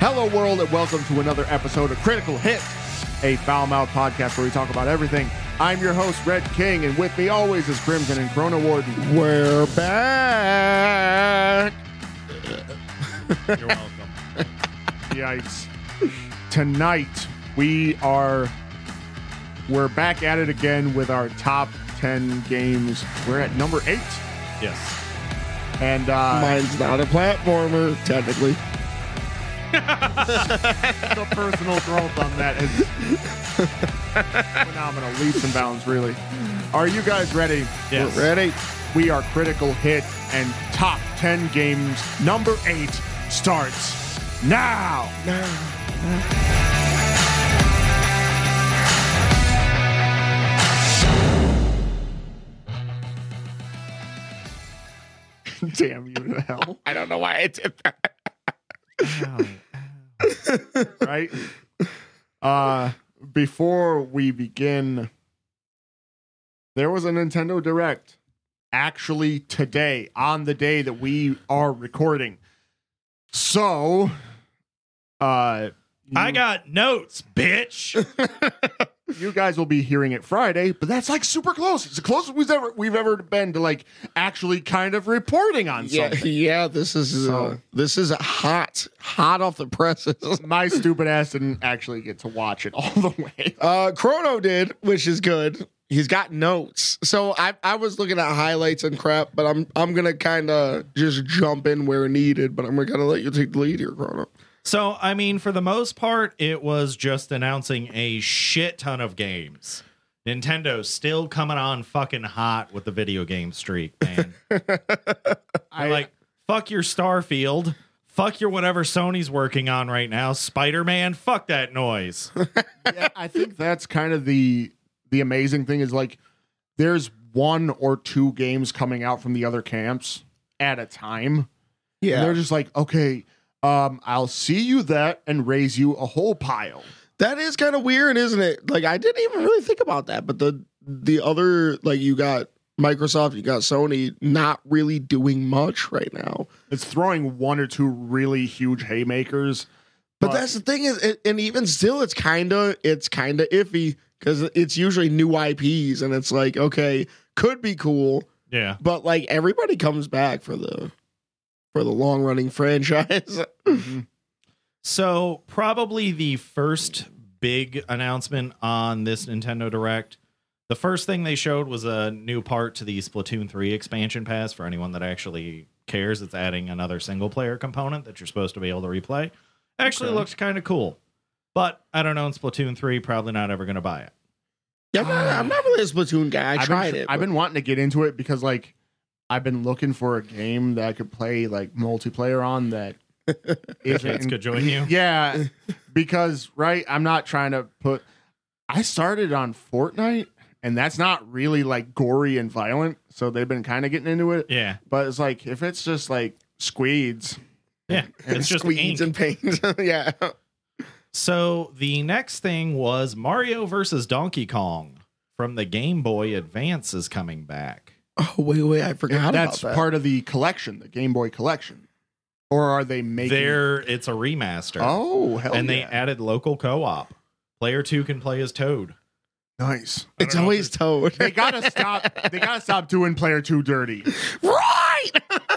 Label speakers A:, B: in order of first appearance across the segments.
A: Hello, world, and welcome to another episode of Critical Hit, a foul mouth podcast where we talk about everything. I'm your host, Red King, and with me always is Crimson and Corona Warden. We're back.
B: You're welcome.
A: Yikes. Tonight, we are. We're back at it again with our top 10 games. We're at number eight.
B: yes.
A: And uh,
C: Mine's not a platformer, technically.
A: the personal growth on that is phenomenal. Leaps and bounds, really. Are you guys ready?
B: Yes.
C: Ready?
A: We are critical hit and top 10 games. Number eight starts now. Damn you to hell.
C: I don't know why I did that.
A: right? Uh, before we begin, there was a Nintendo Direct actually today on the day that we are recording. So, uh,
B: I got notes, bitch.
A: you guys will be hearing it Friday, but that's like super close. It's the closest we've ever we've ever been to like actually kind of reporting on
C: Yeah,
A: something.
C: yeah. This is uh,
A: So-
C: this is hot, hot off the presses.
A: My stupid ass didn't actually get to watch it all the way.
C: Uh, Chrono did, which is good. He's got notes. So I I was looking at highlights and crap, but I'm I'm gonna kind of just jump in where needed. But I'm gonna kind of let you take the lead here, Chrono.
B: so, I mean, for the most part, it was just announcing a shit ton of games. Nintendo's still coming on fucking hot with the video game streak, man. I like fuck your Starfield, fuck your whatever Sony's working on right now, Spider-Man, fuck that noise.
A: yeah, I think that's kind of the the amazing thing is like there's one or two games coming out from the other camps at a time. And they're just like, okay, um, I'll see you that and raise you a whole pile.
C: That is kind of weird, isn't it? Like I didn't even really think about that, but the the other like you got Microsoft, you got Sony not really doing much right now.
A: It's throwing one or two really huge haymakers.
C: But
A: Right.
C: that's the thing is it, and even still it's kind of it's kind of iffy cuz it's usually new IPs and it's like okay, could be cool,
B: yeah.
C: but like everybody comes back for the for the long running franchise. Mm-hmm.
B: So, probably the first big announcement on this Nintendo Direct. The first thing they showed was a new part to the Splatoon 3 expansion pass for anyone that actually cares. It's adding another single player component that you're supposed to be able to replay. Actually
C: Okay.
B: looks kind of cool. But I don't know in Splatoon 3, probably not ever going to buy it.
C: yeah, I'm not, I'm not really a Splatoon guy. I
A: I've
C: tried
A: been,
C: it.
A: I've
C: but-
A: been wanting to get into it because like I've been looking for a game that I could play like multiplayer on that
B: Kids
A: isn't
B: could join you.
A: Yeah, because right, I'm not trying to put. I started on Fortnite, and that's not really like gory and violent, so they've been kind of getting into it.
B: Yeah.
A: But it's like if it's just like squeeds,
B: Yeah. It's just ink.
C: squeeds and pains. yeah.
B: So the next thing was Mario versus Donkey Kong from the Game Boy Advance is coming back.
C: Oh, wait, wait, I forgot
A: that's
C: about that.
A: part of the collection, the Game Boy collection, or are they making?
B: There, it's a remaster.
A: oh hell,
B: and they
A: yeah.
B: added local co-op. Player two can play as Toad.
A: nice.
B: I don't
C: It's
B: know if
C: always Toad.
A: They gotta stop. They gotta stop doing player two dirty.
C: right.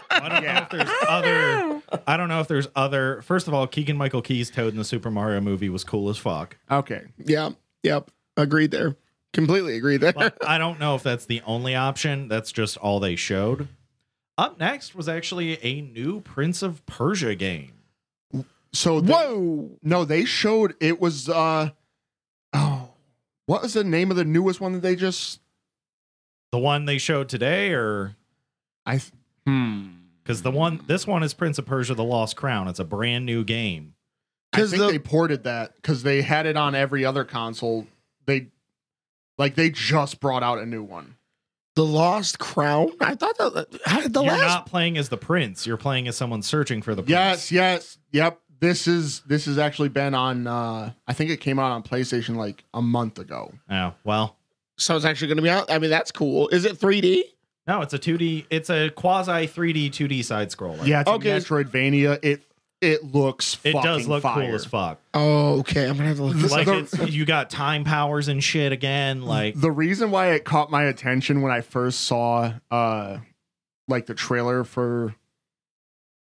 B: I don't know if there's other. I don't know if there's other. First of all, Keegan Michael Key's Toad in the Super Mario movie was cool as fuck.
A: Okay,
C: Yeah. Yep. Agreed there. Completely agreed there.
B: But I don't know if that's the only option. That's just all they showed. Up next was actually a new Prince of Persia game.
A: so they-
C: Whoa.
A: No, they showed it was uh oh what was the name of the newest one that they just
B: The one they showed today, or
A: I th- hmm.
B: because the one this one is Prince of Persia: The Lost Crown. It's a brand new game.
A: I
C: 'Cause
A: think
C: the-
A: they ported that because they had it on every other console. They like they just brought out a new one.
C: The Lost Crown. I thought that how- the
B: you're
C: last.
B: not playing as the prince. You're playing as someone searching for the prince.
A: Yes, yes, yep. This is this has actually been on uh I think it came out on PlayStation like a month ago.
B: Oh well.
C: So it's actually going to be out. I mean, that's cool. Is it 3D?
B: No, it's a 2D. It's a quasi 3D 2D side scroller.
A: Yeah, it's
C: Okay.
A: a Metroidvania. It it looks
B: It does
A: fucking
B: look
A: fire.
B: cool as fuck.
C: Oh, okay. I'm gonna have to look this
B: Like
C: up.
B: it's, you got time powers and shit again. Like
A: the reason why it caught my attention when I first saw uh like the trailer for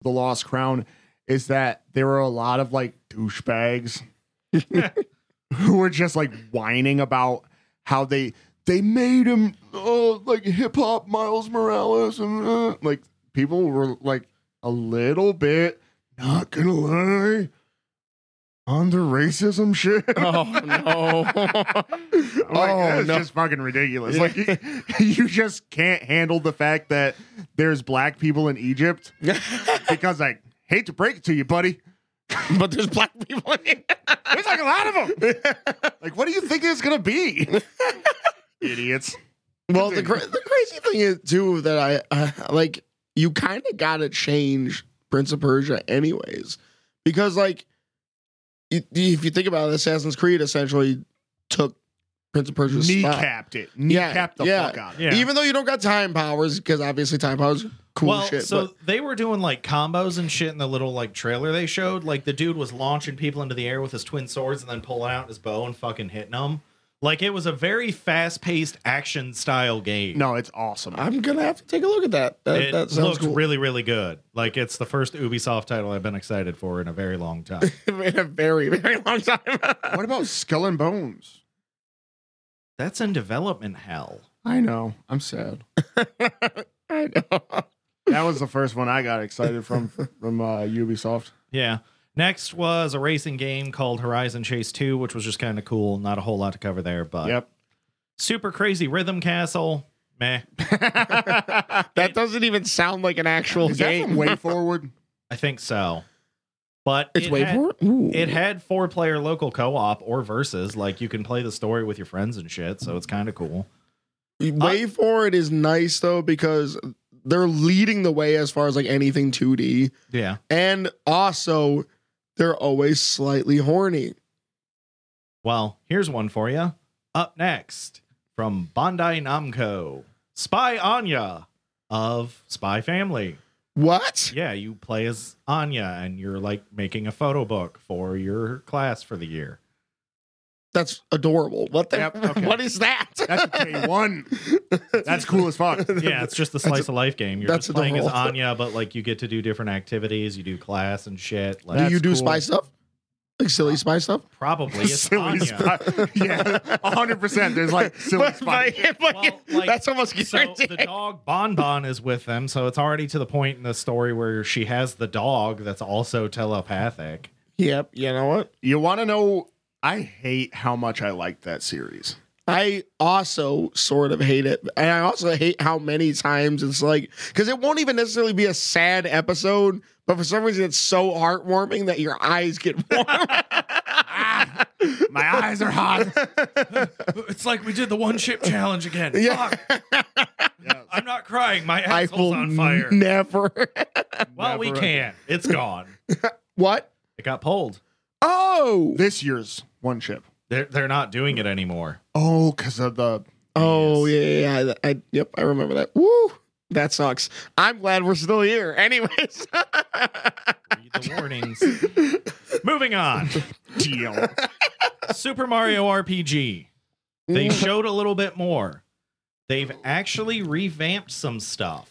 A: The Lost Crown is that there were a lot of like douchebags who were just like whining about how they they made him oh like hip hop Miles Morales and uh, like people were like a little bit not gonna lie on the racism shit.
C: oh no.
A: I'm like,
C: Oh,
A: that's
C: no.
A: just fucking ridiculous. Like, you, you just can't handle the fact that there's black people in Egypt because I hate to break it to you, buddy.
C: but there's black people in here.
A: There's like a lot of them. like, what do you think it's gonna be? Idiots.
C: Well, the, cra- the crazy thing is too that I uh, like you kind of got to change Prince of Persia anyways because like i- if you think about it, Assassin's Creed essentially took Prince of Persia's spot.
A: Kneecapped it. Kneecapped the
C: yeah.
A: fuck out of it.
B: Yeah.
C: Even though you don't got time powers because obviously time powers cool
B: well,
C: shit.
B: so
C: but
B: they were doing like combos and shit in the little like trailer they showed. Like the dude was launching people into the air with his twin swords and then pulling out his bow and fucking hitting them. Like it was a very fast paced action style game.
A: No, it's awesome.
C: I'm gonna have to take a look at that. That,
B: it
C: that sounds
B: looked
C: cool.
B: really, really good. Like it's the first Ubisoft title I've been excited for in a very long time.
C: in a very very long time.
A: what about Skull and Bones?
B: That's in development hell.
A: I know. I'm sad.
C: I know.
A: That was the first one I got excited from from uh, Ubisoft.
B: Yeah. Next was a racing game called Horizon Chase 2, which was just kind of cool. Not a whole lot to cover there, but
A: Yep.
B: super crazy rhythm castle. Meh.
C: That doesn't even sound like an actual
A: Is that
C: game.
A: from Way Forward?
B: I think so. But
C: it's
B: it
C: way
B: had-
C: for Ooh.
B: It had four player local co op or versus. Like you can play the story with your friends and shit. So it's kind of cool.
C: Way Forward is nice though because they're leading the way as far as like anything 2D,
B: Yeah.
C: and also they're always slightly horny.
B: Well, here's one for you. Up next from Bandai Namco Spy Anya of Spy Family.
C: What?
B: Yeah, you play as Anya and you're like making a photo book for your class for the year.
C: That's adorable. What the?
A: Yep, okay.
C: What is that?
A: That's a K1. That's cool as fuck.
B: Yeah, it's just a slice of life game. You're
C: that's
B: just playing as
C: adorable.
B: Anya, but like you get to do different activities. You do class and shit. Like
C: do you do
A: cool.
C: spy stuff? Like silly spy stuff?
B: probably it's
A: silly
B: Anya.
A: spy. Yeah, hundred percent. There's like silly spy.
B: Well, like,
C: that's almost
B: So
C: guaranteed.
B: the dog Bon Bon is with them, so it's already to the point in the story where she has the dog that's also telepathic.
C: yep. You know what?
A: You want to know? I hate how much I liked that series.
C: I also sort of hate it. And I also hate how many times it's like, because it won't even necessarily be a sad episode, but for some reason it's so heartwarming that your eyes get warm.
A: My eyes are hot.
B: It's like we did the one chip challenge again.
C: Yeah.
B: I'm not crying. My
C: I will never.
B: Well, we
A: Never.
B: can't. It's gone.
C: what?
B: It got pulled.
C: Oh.
A: This year's one chip.
B: They're they're not doing it anymore.
A: Oh, because of the
C: Oh, yeah, yeah, yeah. I, I, yep, I remember that. Woo. That sucks. I'm glad we're still here. Anyways.
B: Read the warnings. Moving on.
A: deal.
B: Super Mario
A: Mm.
B: RPG. They showed a little bit more. They've actually revamped some stuff.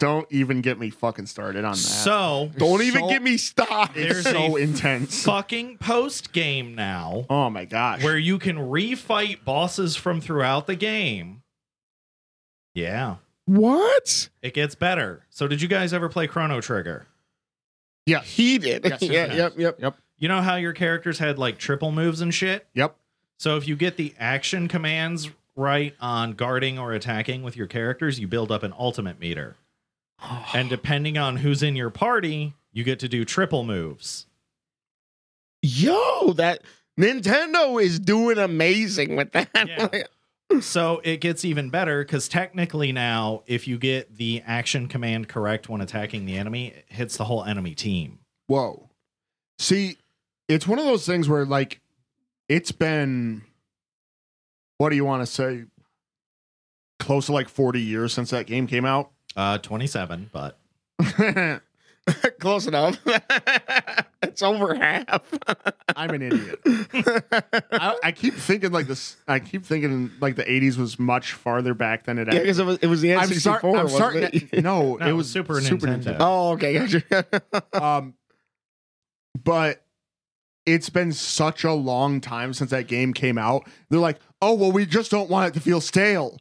A: Don't even get me fucking started on that.
B: So
C: Don't even
A: So-
C: get me started.
A: it's
B: there's
A: so
B: a
A: intense.
B: fucking post game now
A: oh my gosh.
B: where you can refight bosses from throughout the game. Yeah,
C: What?
B: it gets better. So did you guys ever play Chrono Trigger?
A: yeah.
C: He did.
A: Yes, yes,
C: yeah,
A: yes.
C: Yep, yep.
B: You know how your characters had like triple moves and shit?
A: Yep.
B: So if you get the action commands right on guarding or attacking with your characters, you build up an ultimate meter.
A: Oh,
B: And depending on who's in your party, you get to do triple moves.
C: yo that nintendo is doing amazing with that
B: Yeah. So it gets even better because technically now, if you get the action command correct when attacking the enemy, it hits the whole enemy team.
A: Whoa. See, it's one of those things where like it's been what do you want to say? Close to like 40 years since that game came out.
B: Uh, 27, but
A: yeah,
C: Close enough. it's over half.
A: I'm an idiot. I, I keep thinking like this. I keep thinking like the 80s was much farther back than it actually.
C: Yeah, because it was, it was the N64.
A: I'm, start, I'm
C: wasn't
A: starting.
C: it?
A: to- no,
B: No,
A: it was
B: Super Nintendo.
C: oh, okay, gotcha.
A: Um, but it's been such a long time since that game came out. They're like, oh well, we just don't want it to feel stale.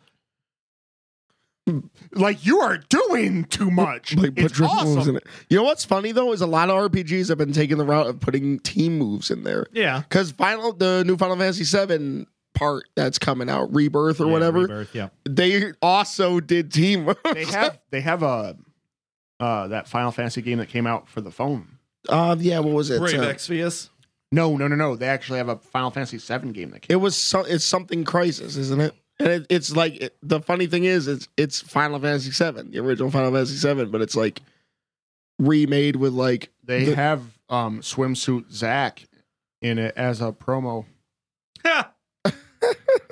A: Like you are doing too much.
C: like put
A: it's
C: drift moves
A: awesome.
C: in it. You know what's funny though is a lot of RPGs have been taking the route of putting team moves in there.
B: Yeah.
C: Because final the new Final Fantasy VII part that's coming out, Rebirth or
B: Yeah,
C: whatever,
B: Rebirth, yeah.
C: they also did team moves.
A: They have they have a uh, that Final Fantasy game that came out for the phone.
C: Uh, yeah, what was it?
B: Brave
C: Uh,
B: Exvius.
A: No, no, no, no. They actually have a Final Fantasy VII game that came.
C: it was so, it's something crisis, isn't it? And it, it's like it- the funny thing is it's it's Final Fantasy VII, the original Final Fantasy VII, but it's like remade with like
A: They
C: the-
A: have um, swimsuit Zach in it as a promo.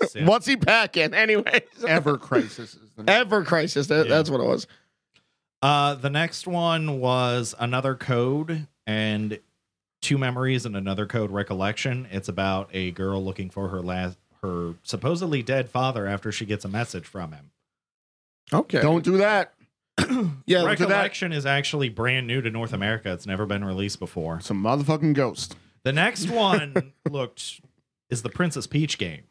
B: Sick.
C: what's he packing anyways?
A: Ever Crisis is the name.
C: Ever crisis. That,
B: Yeah.
C: That's what it was.
B: Uh, the next one was another code and two memories and another code recollection. It's about a girl looking for her last, her supposedly dead father after she gets a message from him.
C: Okay.
A: Don't do that.
C: yeah. look at that.
B: recollection is actually brand new to North America. It's never been released before.
A: It's a motherfucking ghost.
B: The next one looked is the Princess Peach game.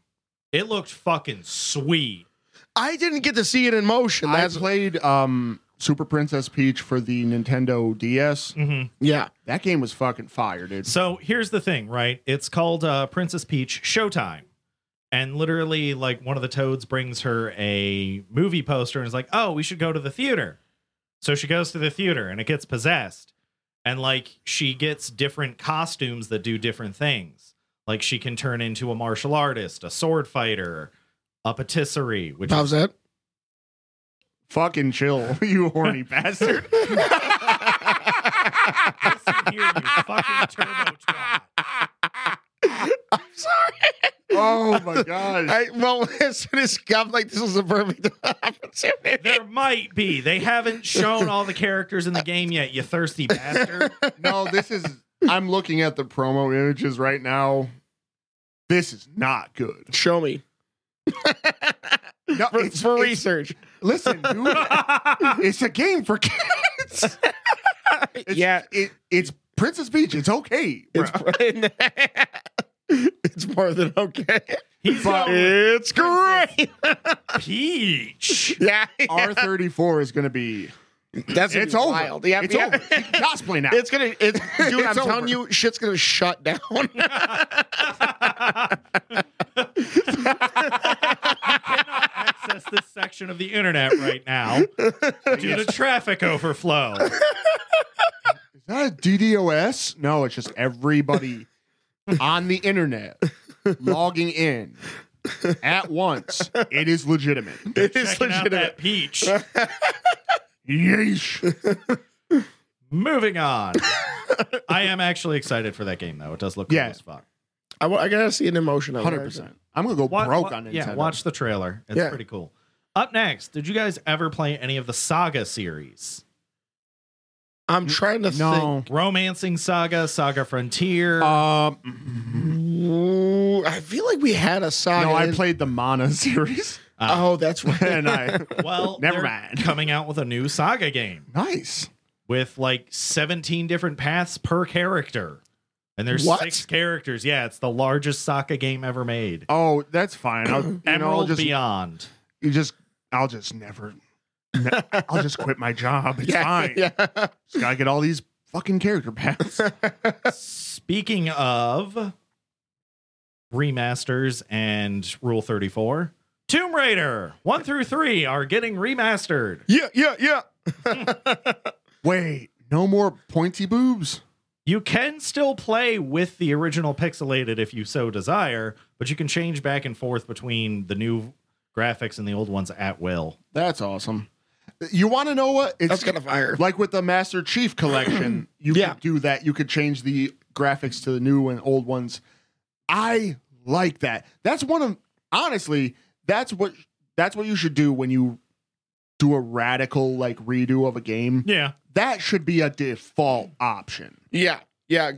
B: It looked fucking sweet.
C: I didn't get to see it in motion.
A: I
C: That's
A: played um, Super Princess Peach for the Nintendo DS.
B: Mm-hmm.
C: yeah.
A: That game was fucking fire, dude.
B: So here's the thing, right? It's called uh, Princess Peach Showtime. And literally, like, one of the toads brings her a movie poster and is like, oh, we should go to the theater. So she goes to the theater and it gets possessed. And, like, she gets different costumes that do different things. Like, she can turn into a martial artist, a sword fighter, a patisserie, which
C: How's
B: is
C: that?
A: Fucking chill, you horny bastard.
B: Listen here, you fucking turbo twat.
C: I'm sorry.
A: Oh my god.
C: I, well, as soon as I'm like, this is the perfect opportunity.
B: There might be. They haven't shown all the characters in the game yet, you thirsty bastard.
A: No, this is. I'm looking at the promo images right now. This is not good.
C: Show me
A: No,
C: for,
A: it's,
C: for
A: it's-
C: research.
A: listen, dude. It's a game for kids. It's-
C: yeah,
A: it, it's Princess Peach. It's okay.
C: it's it's more than okay.
B: He's
A: But-
B: going
C: It's great.
B: Peach.
C: Yeah,
A: R thirty four is gonna be.
C: that's gonna
A: It's
C: be
A: over.
C: wild. Yeah,
A: it's
C: yeah.
A: over. You can cosplay now.
C: It's gonna. It's dude.
A: It's
C: I'm
A: over.
C: telling you, shit's gonna shut down.
B: Cannot access this section of the internet right now due to traffic overflow.
A: is that a DDoS? No, it's just everybody on the internet logging in at once. It is legitimate.
C: It is
B: Checking out
C: legitimate.
B: that peach.
A: Yeesh.
B: Moving on. I am actually excited for that game though. It does look
A: Yeah.
B: cool as fuck.
C: I, wa- I gotta see an emotion. of it.
A: Hundred percent. I'm gonna go
B: Wa-
A: broke
B: wa-
A: on Nintendo.
B: Yeah, watch the trailer. It's
C: Yeah.
B: pretty cool. Up next, did you guys ever play any of the Saga series?
C: I'm trying to
A: No.
B: Romancing Saga, Saga Frontier.
A: Uh, Um.
C: think. Ooh, I feel like we had a saga.
A: No, I
C: in-
A: played the Mana series,
B: Uh,
C: Oh, that's right.
A: and I
B: well,
A: never
B: they're
A: mind.
B: Coming out with a new Saga game
A: nice.
B: with like 17 different paths per character. And there's
C: What?
B: six characters. Yeah, it's the largest Saga game ever made.
A: Oh, that's fine. I'll, you know, I'll
B: Emerald
A: just
B: Beyond.
A: you just I'll just never ne- I'll just quit my job. It's fine.
C: yeah.
A: Just gotta get all these fucking character paths.
B: Speaking of remasters and Rule 34, Tomb Raider 1 through 3 are getting remastered.
C: yeah, yeah, yeah.
A: Wait, no more pointy boobs?
B: You can still play with the original pixelated if you so desire, but you can change back and forth between the new graphics and the old ones at will.
A: That's awesome. You wanna know what? It's
C: That's gonna fire.
A: like with the Master Chief collection, you
C: Yeah.
A: could do that. You could change the graphics to the new and old ones. I like that. That's one of honestly, that's what that's what you should do when you do a radical like redo of a game,
B: Yeah.
A: that should be a default option.
C: Yeah, yeah.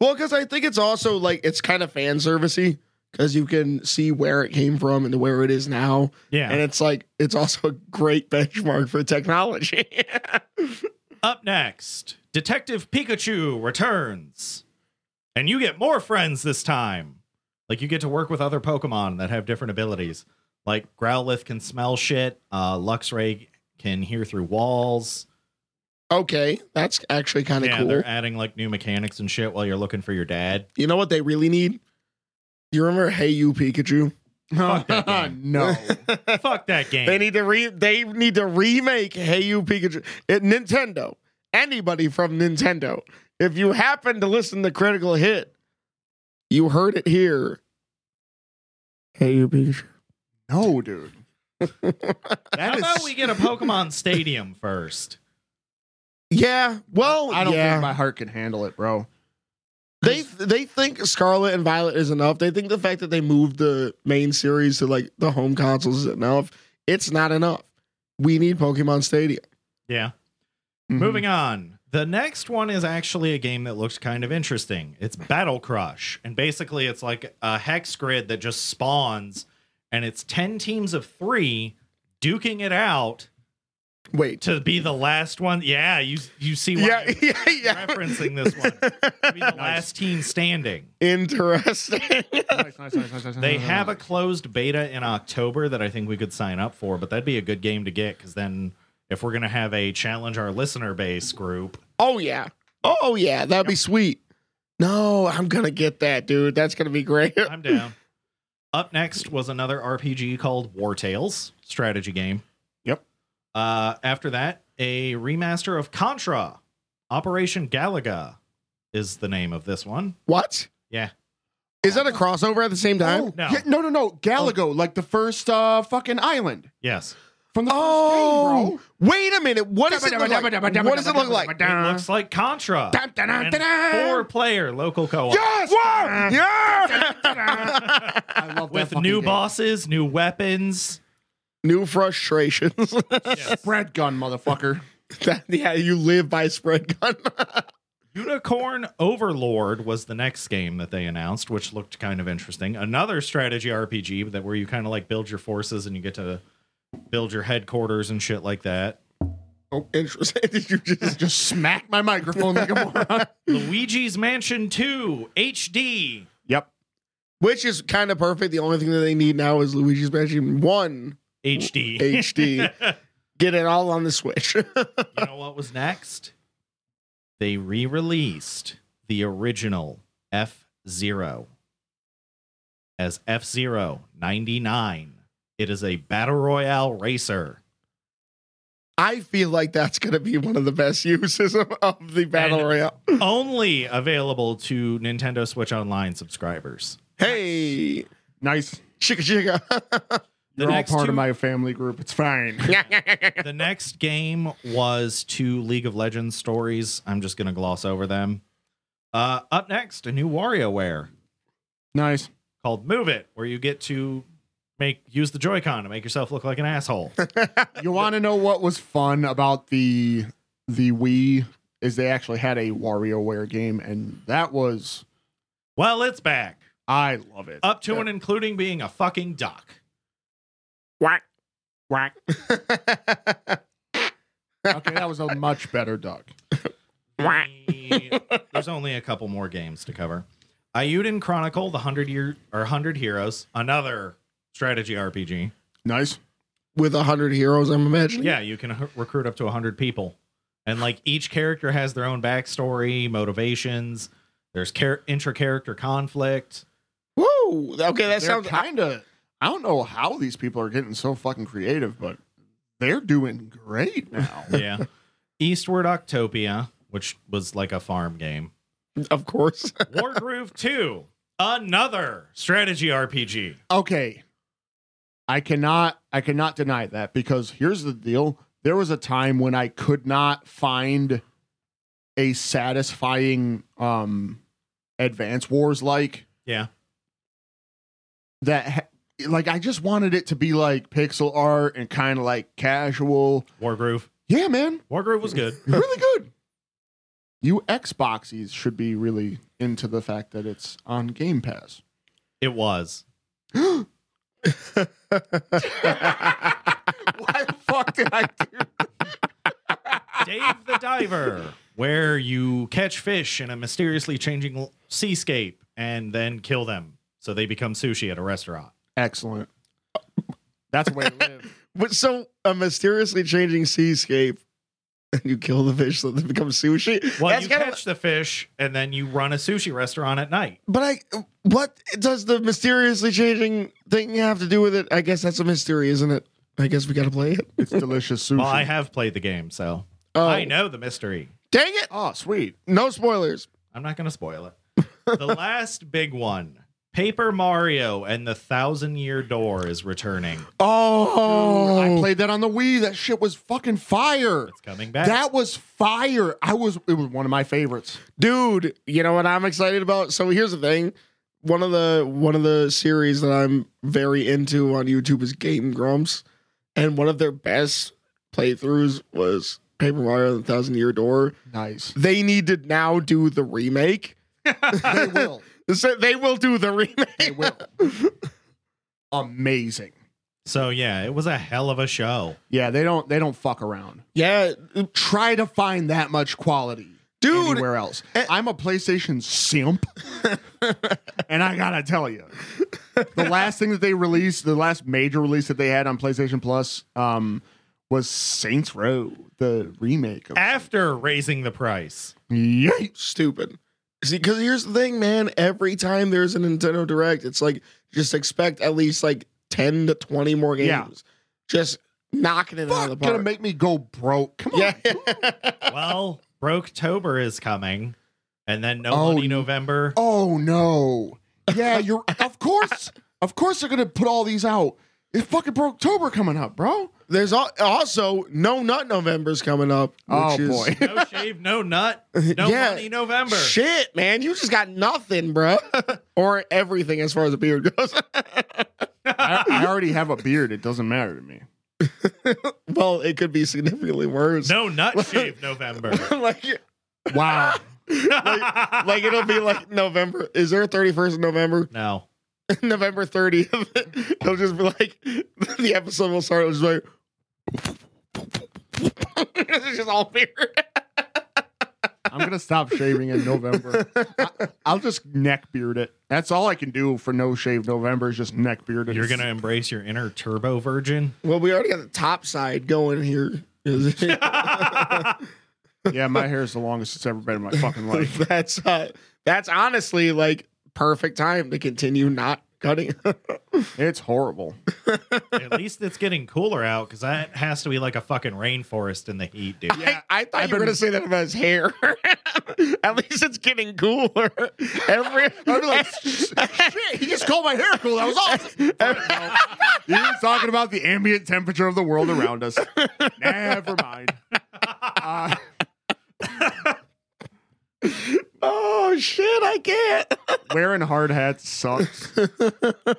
C: Well, because I think it's also like it's kind of fan servicey because you can see where it came from and where it is now,
B: Yeah.
C: and it's like it's also a great benchmark for technology.
B: Up next, Detective Pikachu returns. And you get more friends this time. Like you get to work with other Pokemon that have different abilities. Like Growlithe can smell shit, uh, Luxray can hear through walls.
C: okay, that's actually kind of
B: yeah,
C: cool.
B: they're adding like new mechanics and shit while you're looking for your dad.
C: You know what they really need? You remember Hey You Pikachu?
A: no.
B: Fuck that game. Fuck that game.
C: They need to re they need to remake Hey You Pikachu. It, Nintendo. Anybody from Nintendo. If you happen to listen to Critical Hit, you heard it here. Hey You Pikachu.
A: No, dude.
B: How
A: That is.
B: about we get a Pokemon Stadium first?
C: Yeah. Well,
A: I don't
C: yeah.
A: think my heart can handle it, bro.
C: they they think Scarlet and Violet is enough. They think the fact that they moved the main series to like the home consoles is enough. It's not enough. We need Pokemon Stadium.
B: Yeah.
C: Mm-hmm.
A: Mhm.
B: Moving on. The next one is actually a game that looks kind of interesting. It's Battle Crush. And basically, it's like a hex grid that just spawns, and it's 10 teams of three duking it out
C: Wait.
B: to be the last one. Yeah, you, you see why
C: Yeah, yeah, yeah.
B: I'm referencing this one. To be the last team standing.
C: Interesting.
A: Nice, nice, nice, nice, nice,
B: They
C: Uh-huh.
A: nice,
B: have a
A: nice.
B: closed beta in October that I think we could sign up for, but that'd be a good game to get because then if we're going to have a challenge our listener base group,
C: Oh yeah. Oh yeah, that'd be sweet. No, I'm gonna get that, dude. That's gonna be great.
B: I'm down. Up next was another RPG called War Tales strategy game.
A: Yep.
B: Uh, after that, a remaster of Contra Operation Galaga is the name of this one.
C: What?
B: Yeah.
C: Is that a crossover at the same time? Oh.
A: Oh,
B: No.
A: yeah, no, no, no. Galago, like the first uh, fucking island
B: Yes.
A: from the
C: Oh,
A: first
C: wait a minute. What does it look like? What does it look like?
B: It
A: Uh,
B: looks like Contra.
A: game, bro. Dun, dun, dun,
B: And
A: dun, dun.
B: four player local co op.
A: Yes!
C: Whoa! Yeah.
A: I love that
B: With
A: fucking
B: new
A: game.
B: bosses, new weapons.
C: New frustrations.
B: Yes.
A: Spread gun, motherfucker.
C: That- yeah, you live by spread gun.
B: Unicorn Overlord was the next game that they announced, which looked kind of interesting. Another strategy RPG that where you kind of like build your forces and you get to build your headquarters and shit like that.
C: oh, interesting. Did you just
A: Just smack my microphone like a moron.
B: Luigi's Mansion 2 HD.
A: Yep.
C: which is kind of perfect. The only thing that they need now is Luigi's Mansion 1
B: HD.
C: HD. Get it all on the Switch.
B: you know what was next? They re-released the original F Zero as F Zero 99. It is a battle royale racer.
C: I feel like that's going to be one of the best uses of, of the Battle
B: And-
C: Royale.
B: only available to Nintendo Switch Online subscribers.
C: Hey,
A: Nice.
C: chicka chicka.
B: The
A: You're all
B: next
A: part
B: two-
A: of my family group. It's fine.
B: The next game was two League of Legends stories. I'm just going to gloss over them. Uh, up next, a new WarioWare
A: nice.
B: called Move It, where you get to make use the Joy-Con to make yourself look like an asshole.
A: You want to know what was fun about the the Wii is they actually had a WarioWare game, and that was
B: well, it's back.
A: I love it.
B: Up to and including being a fucking duck.
C: Whack, whack.
A: okay, that was a much better duck.
C: Wah.
B: The- There's only a couple more games to cover. Ayudin Chronicle, the Hundred Year or Hundred Heroes, another strategy RPG.
A: Nice.
C: With 100 heroes, I'm imagining.
B: Yeah, you can h- recruit up to 100 people. And like each character has their own backstory, motivations. There's char- intra character conflict.
C: Woo. Okay, that
A: they're
C: sounds.
A: kind of. I don't know how these people are getting so fucking creative, but they're doing great now.
B: Yeah. Eastward Octopia, which was like a farm game.
C: of course.
B: Wargroove 2, another strategy RPG.
A: okay, I cannot. I cannot deny that because here's the deal. There was a time when I could not find a satisfying um Advance Wars like
B: Yeah.
A: that ha- like I just wanted it to be like pixel art and kind of like casual.
B: Wargroove.
A: Yeah, man,
B: Wargroove was good.
A: really good. You Xboxies should be really into the fact that it's on Game Pass.
B: It was.
A: Why the fuck did I do?
B: Dave the Diver, where you catch fish in a mysteriously changing l- seascape and then kill them so they become sushi at a restaurant.
A: Excellent. That's the way to live.
C: But so a mysteriously changing seascape, and you kill the fish so they become sushi.
B: Well,
C: That's
B: you
C: kinda-
B: catch the fish and then you run a sushi restaurant at night.
C: but I, what does the mysteriously changing thing have to do with it? I guess that's a mystery, isn't it? I guess we got to play it.
A: It's delicious sushi.
B: Well, I have played the game, so
C: Mm-hmm. Oh,
B: I know the mystery.
C: Dang it!
A: oh, sweet.
C: No spoilers.
B: I'm not going to spoil it. the last big one Paper Mario and the Thousand Year Door is returning.
C: Oh,
A: I played that on the Wii. That shit was fucking fire.
B: It's coming back.
A: That was fire. I was. It was one of my favorites.
C: dude you know what i'm excited about so here's the thing one of the one of the series that i'm very into on youtube is game grumps and one of their best playthroughs was paper mario and the thousand year door
A: Nice.
C: they need to now do the remake
A: They will.
C: so they will do the
A: They
C: remake
A: will. Amazing.
B: so, yeah, it was a hell of a show.
A: Yeah, they don't. They don't fuck around.
C: yeah
A: Try to find that much quality
C: dude
A: anywhere else.
C: eh-
A: I'm a PlayStation simp, and I gotta tell you, the last thing that they released, the last major release that they had on PlayStation Plus, um, was Saints Row, the remake. Of-
B: After raising the price,
A: Yikes.
C: stupid see because here's the thing man every time there's a nintendo direct it's like just expect at least like 10 to 20 more games
A: Yeah.
C: just knocking it out
A: Fuck,
C: of the
A: gonna
C: park
A: make me go broke. Come on.
C: yeah
B: well, Broketober is coming, and then No
A: Oh,
B: Money
A: you-
B: November.
A: Oh no. Yeah, you're of course. Of course they're gonna put all these out. It's fucking Broketober coming up, bro.
C: There's al- also No Nut November's coming up. Which
A: Oh,
C: is,
B: No shave, no nut, no
C: Yeah.
B: money November.
C: Shit, man. You just got nothing, bro. or everything as far as a beard goes.
A: I, I already have a beard. It doesn't matter to me.
C: well, it could be significantly worse.
B: No nut shave November.
C: like,
A: Wow.
C: like it'll be like November. Is there a 31st of November?
B: no.
C: November 30th. it'll just be like the episode will start. It'll just be like it's just all beard.
A: I'm gonna stop shaving in November. I, will just neck beard it. That's all I can do for no shave November is just neck beard it.
B: You're going to embrace your inner turbo virgin.
C: Well, we already got the top side going here. Is it?
A: Yeah, my hair is the longest it's ever been in my fucking life.
C: that's uh, that's honestly like perfect time to continue not cutting.
A: It's horrible.
B: At least it's getting cooler out because that has to be like a fucking rainforest in the heat, dude.
A: Yeah,
C: I, I thought
A: I've
C: you were
A: been-
C: gonna say that about his hair. At least it's getting cooler. Every
A: I'd be like, shit, he just called my hair cool. That was awesome. he was talking about the ambient temperature of the world around us. Never mind. Uh,
C: oh shit, I can't.
A: wearing hard hats sucks.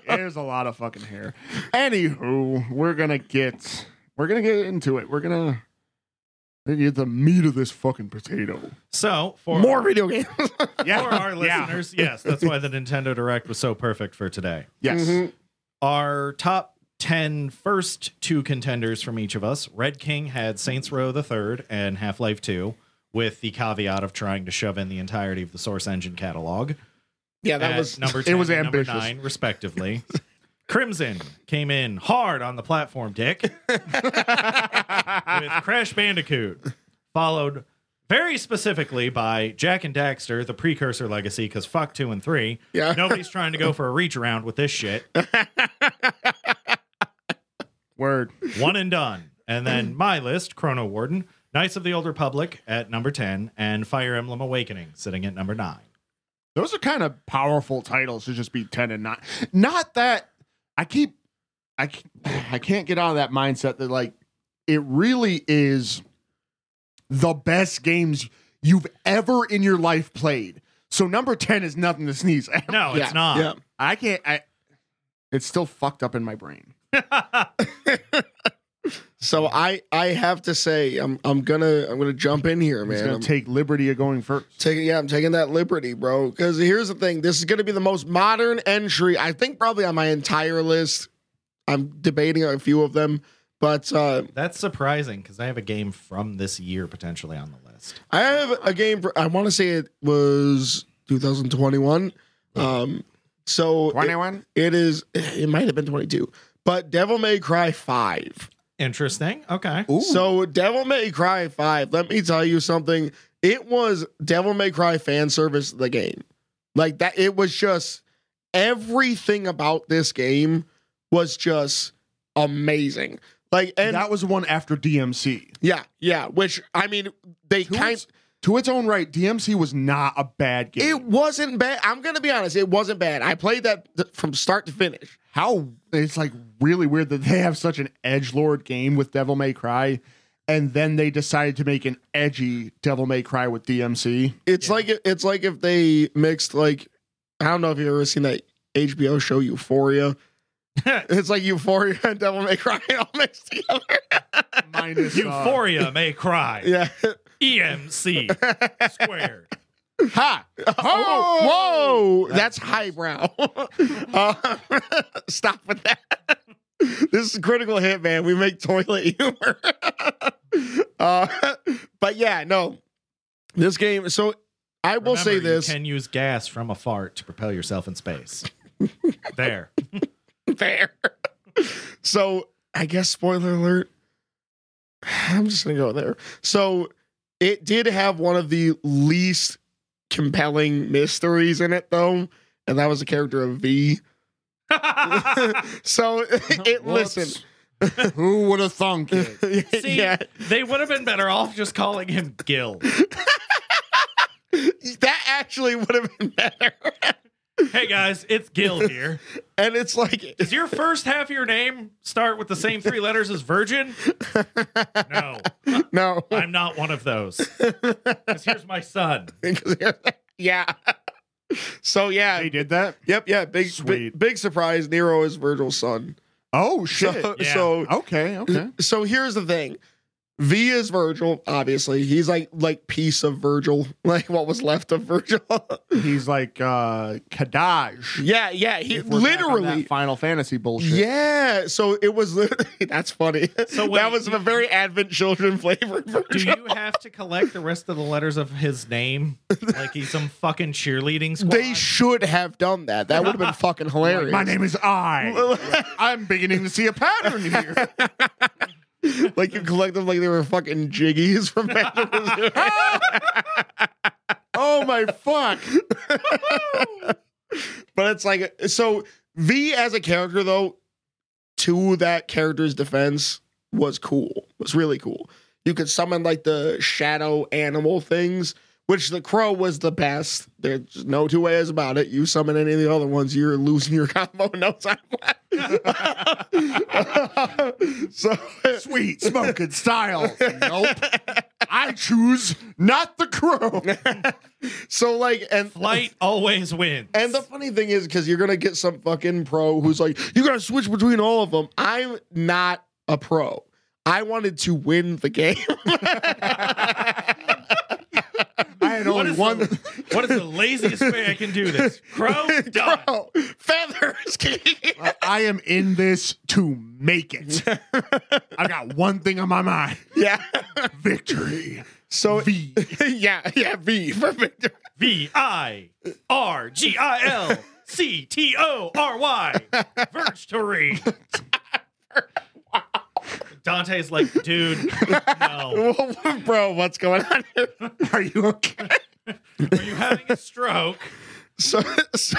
A: There's a lot of fucking hair. Anywho, we're gonna get we're gonna get into it. We're gonna we're gonna get the meat of this fucking potato.
B: So, for
C: More video games.
A: Yeah.
B: for our
A: Yeah.
B: listeners, yes, that's why the Nintendo Direct was so perfect for today.
A: Yes.
C: Mhm.
B: Our top 10 first two contenders from each of us. Red King had Saints Row the Third and Half Life 2, with the caveat of trying to shove in the entirety of the Source Engine catalog.
C: Yeah, that
A: Uh,
B: at
C: was
B: number
A: it
B: 10
A: was
B: and number
A: ambitious.
B: 9, respectively. Crimson came in hard on the platform, Dick, with Crash Bandicoot, followed very specifically by Jack and Daxter, the precursor legacy, because fuck 2 and 3.
C: yeah.
B: Nobody's trying to go for a reach around with this shit.
A: Word.
B: One and done. And then my list, Chrono Warden, Knights of the Old Republic at number 10, and Fire Emblem Awakening sitting at number 9.
A: Those are kind of powerful titles to just be ten and nine. Not that I keep, I c- I can't get out of that mindset that like it really is the best games you've ever in your life played. So number ten is nothing to sneeze at.
B: No,
C: yeah,
B: it's not.
C: Yeah.
A: I can't. I It's still fucked up in my brain.
C: So I I have to say I'm I'm gonna I'm gonna jump in here,
A: He's
C: man.
A: gonna
C: I'm
A: take liberty of going first.
C: taking yeah I'm taking that liberty, bro. Because here's the thing: this is gonna be the most modern entry I think probably on my entire list. I'm debating a few of them, but uh,
B: That's surprising because I have a game from this year potentially on the list.
C: I have a game. For, I want to say it was 2021. Um, so it-
A: Twenty one.
C: it is. It might have been 22, but Devil May Cry Five.
B: Interesting. Okay.
C: So Devil May Cry 5, let me tell you something. It was Devil May Cry fan service the game. Like that it was just everything about this game was just amazing. Like and
A: that was the one after DMC.
C: yeah, yeah, which I mean they
A: To
C: kind
A: its, to its own right, DMC was not a bad game.
C: it wasn't bad. I'm going to be honest, it wasn't bad. I played that th- from start to finish.
A: how it's like really weird that they have such an edge lord game with Devil May Cry, and then they decided to make an edgy Devil May Cry with DMC.
C: It's
B: Yeah.
C: like it's like if they mixed like I don't know if you've ever seen that HBO show Euphoria. It's like Euphoria and Devil May Cry all mixed together.
A: Minus uh,
B: Euphoria may cry.
C: Yeah.
B: EMC squared.
A: ha!
C: Oh, whoa. That's highbrow. uh, stop with that. This is critical hit, man. We make toilet humor. uh, but yeah, no. This game. So I will
B: Remember,
C: say this.
B: You can use gas from a fart to propel yourself in space. there.
C: Fair. so I guess spoiler alert. I'm just gonna go there. So it did have one of the least compelling mysteries in it, though, and that was the character of V. so it
A: Whoops.
C: listen,
A: Who would have thunk it?
B: See,
C: yeah,
B: they would have been better off just calling him Gil.
C: that actually would have been better.
B: Hey guys, it's Gil here.
C: and it's like,
B: Does your first half of your name start with the same three letters as Virgin? No,
C: no,
B: I'm not one of those. 'Cause here's my son.
C: yeah. So yeah,
A: They did that.
C: yep, yeah. Big, big,
A: Sweet.
C: big surprise. Nero is Virgil's son.
A: Oh
C: So,
A: shit!
B: Yeah.
C: so
A: Okay, okay.
C: so here's the thing. V is Virgil, obviously. He's like like piece of Virgil, like what was left of Virgil.
A: He's like uh Kadaj.
C: yeah, yeah. He
A: If we're back on
C: literally
A: that Final Fantasy bullshit.
C: Yeah. So it was literally that's funny.
B: So wait,
C: that was a very Advent children flavored
B: Do
C: Virgil.
B: you have to collect the rest of the letters of his name? Like he's some fucking cheerleading squad?
C: They should have done that. That would have been fucking hilarious.
A: My name is I. I'm beginning to see a pattern here.
C: like you collect them like they were fucking jiggies from Back to the Zoo.
A: Oh my fuck!
C: But it's like so V as a character though, to that character's defense was cool. Was really cool. You could summon like the shadow animal things, which the crow was the best. There's no two ways about it. You summon any of the other ones, you're losing your combo in no time left. so
A: Sweet smoking style. Nope. I choose not the crow.
C: so like and
B: Flight always wins.
C: And the funny thing is, because you're gonna get some fucking pro who's like, you gotta switch between all of them. I'm not a pro. I wanted to win the game.
A: I had
B: What
A: only
B: is
A: one.
B: the- what is the laziest way I can do this? Crow, done.
C: Bro, feathers.
A: I am in this to make it. I got one thing on my mind:
C: yeah.
A: victory.
C: So
A: V.
C: yeah, yeah, V for victory.
B: V I R G I L C T O R Y. Virtory. Dante's like, dude, no.
C: bro, what's going on here?
A: Are you okay?
B: Are you having a stroke?
C: So so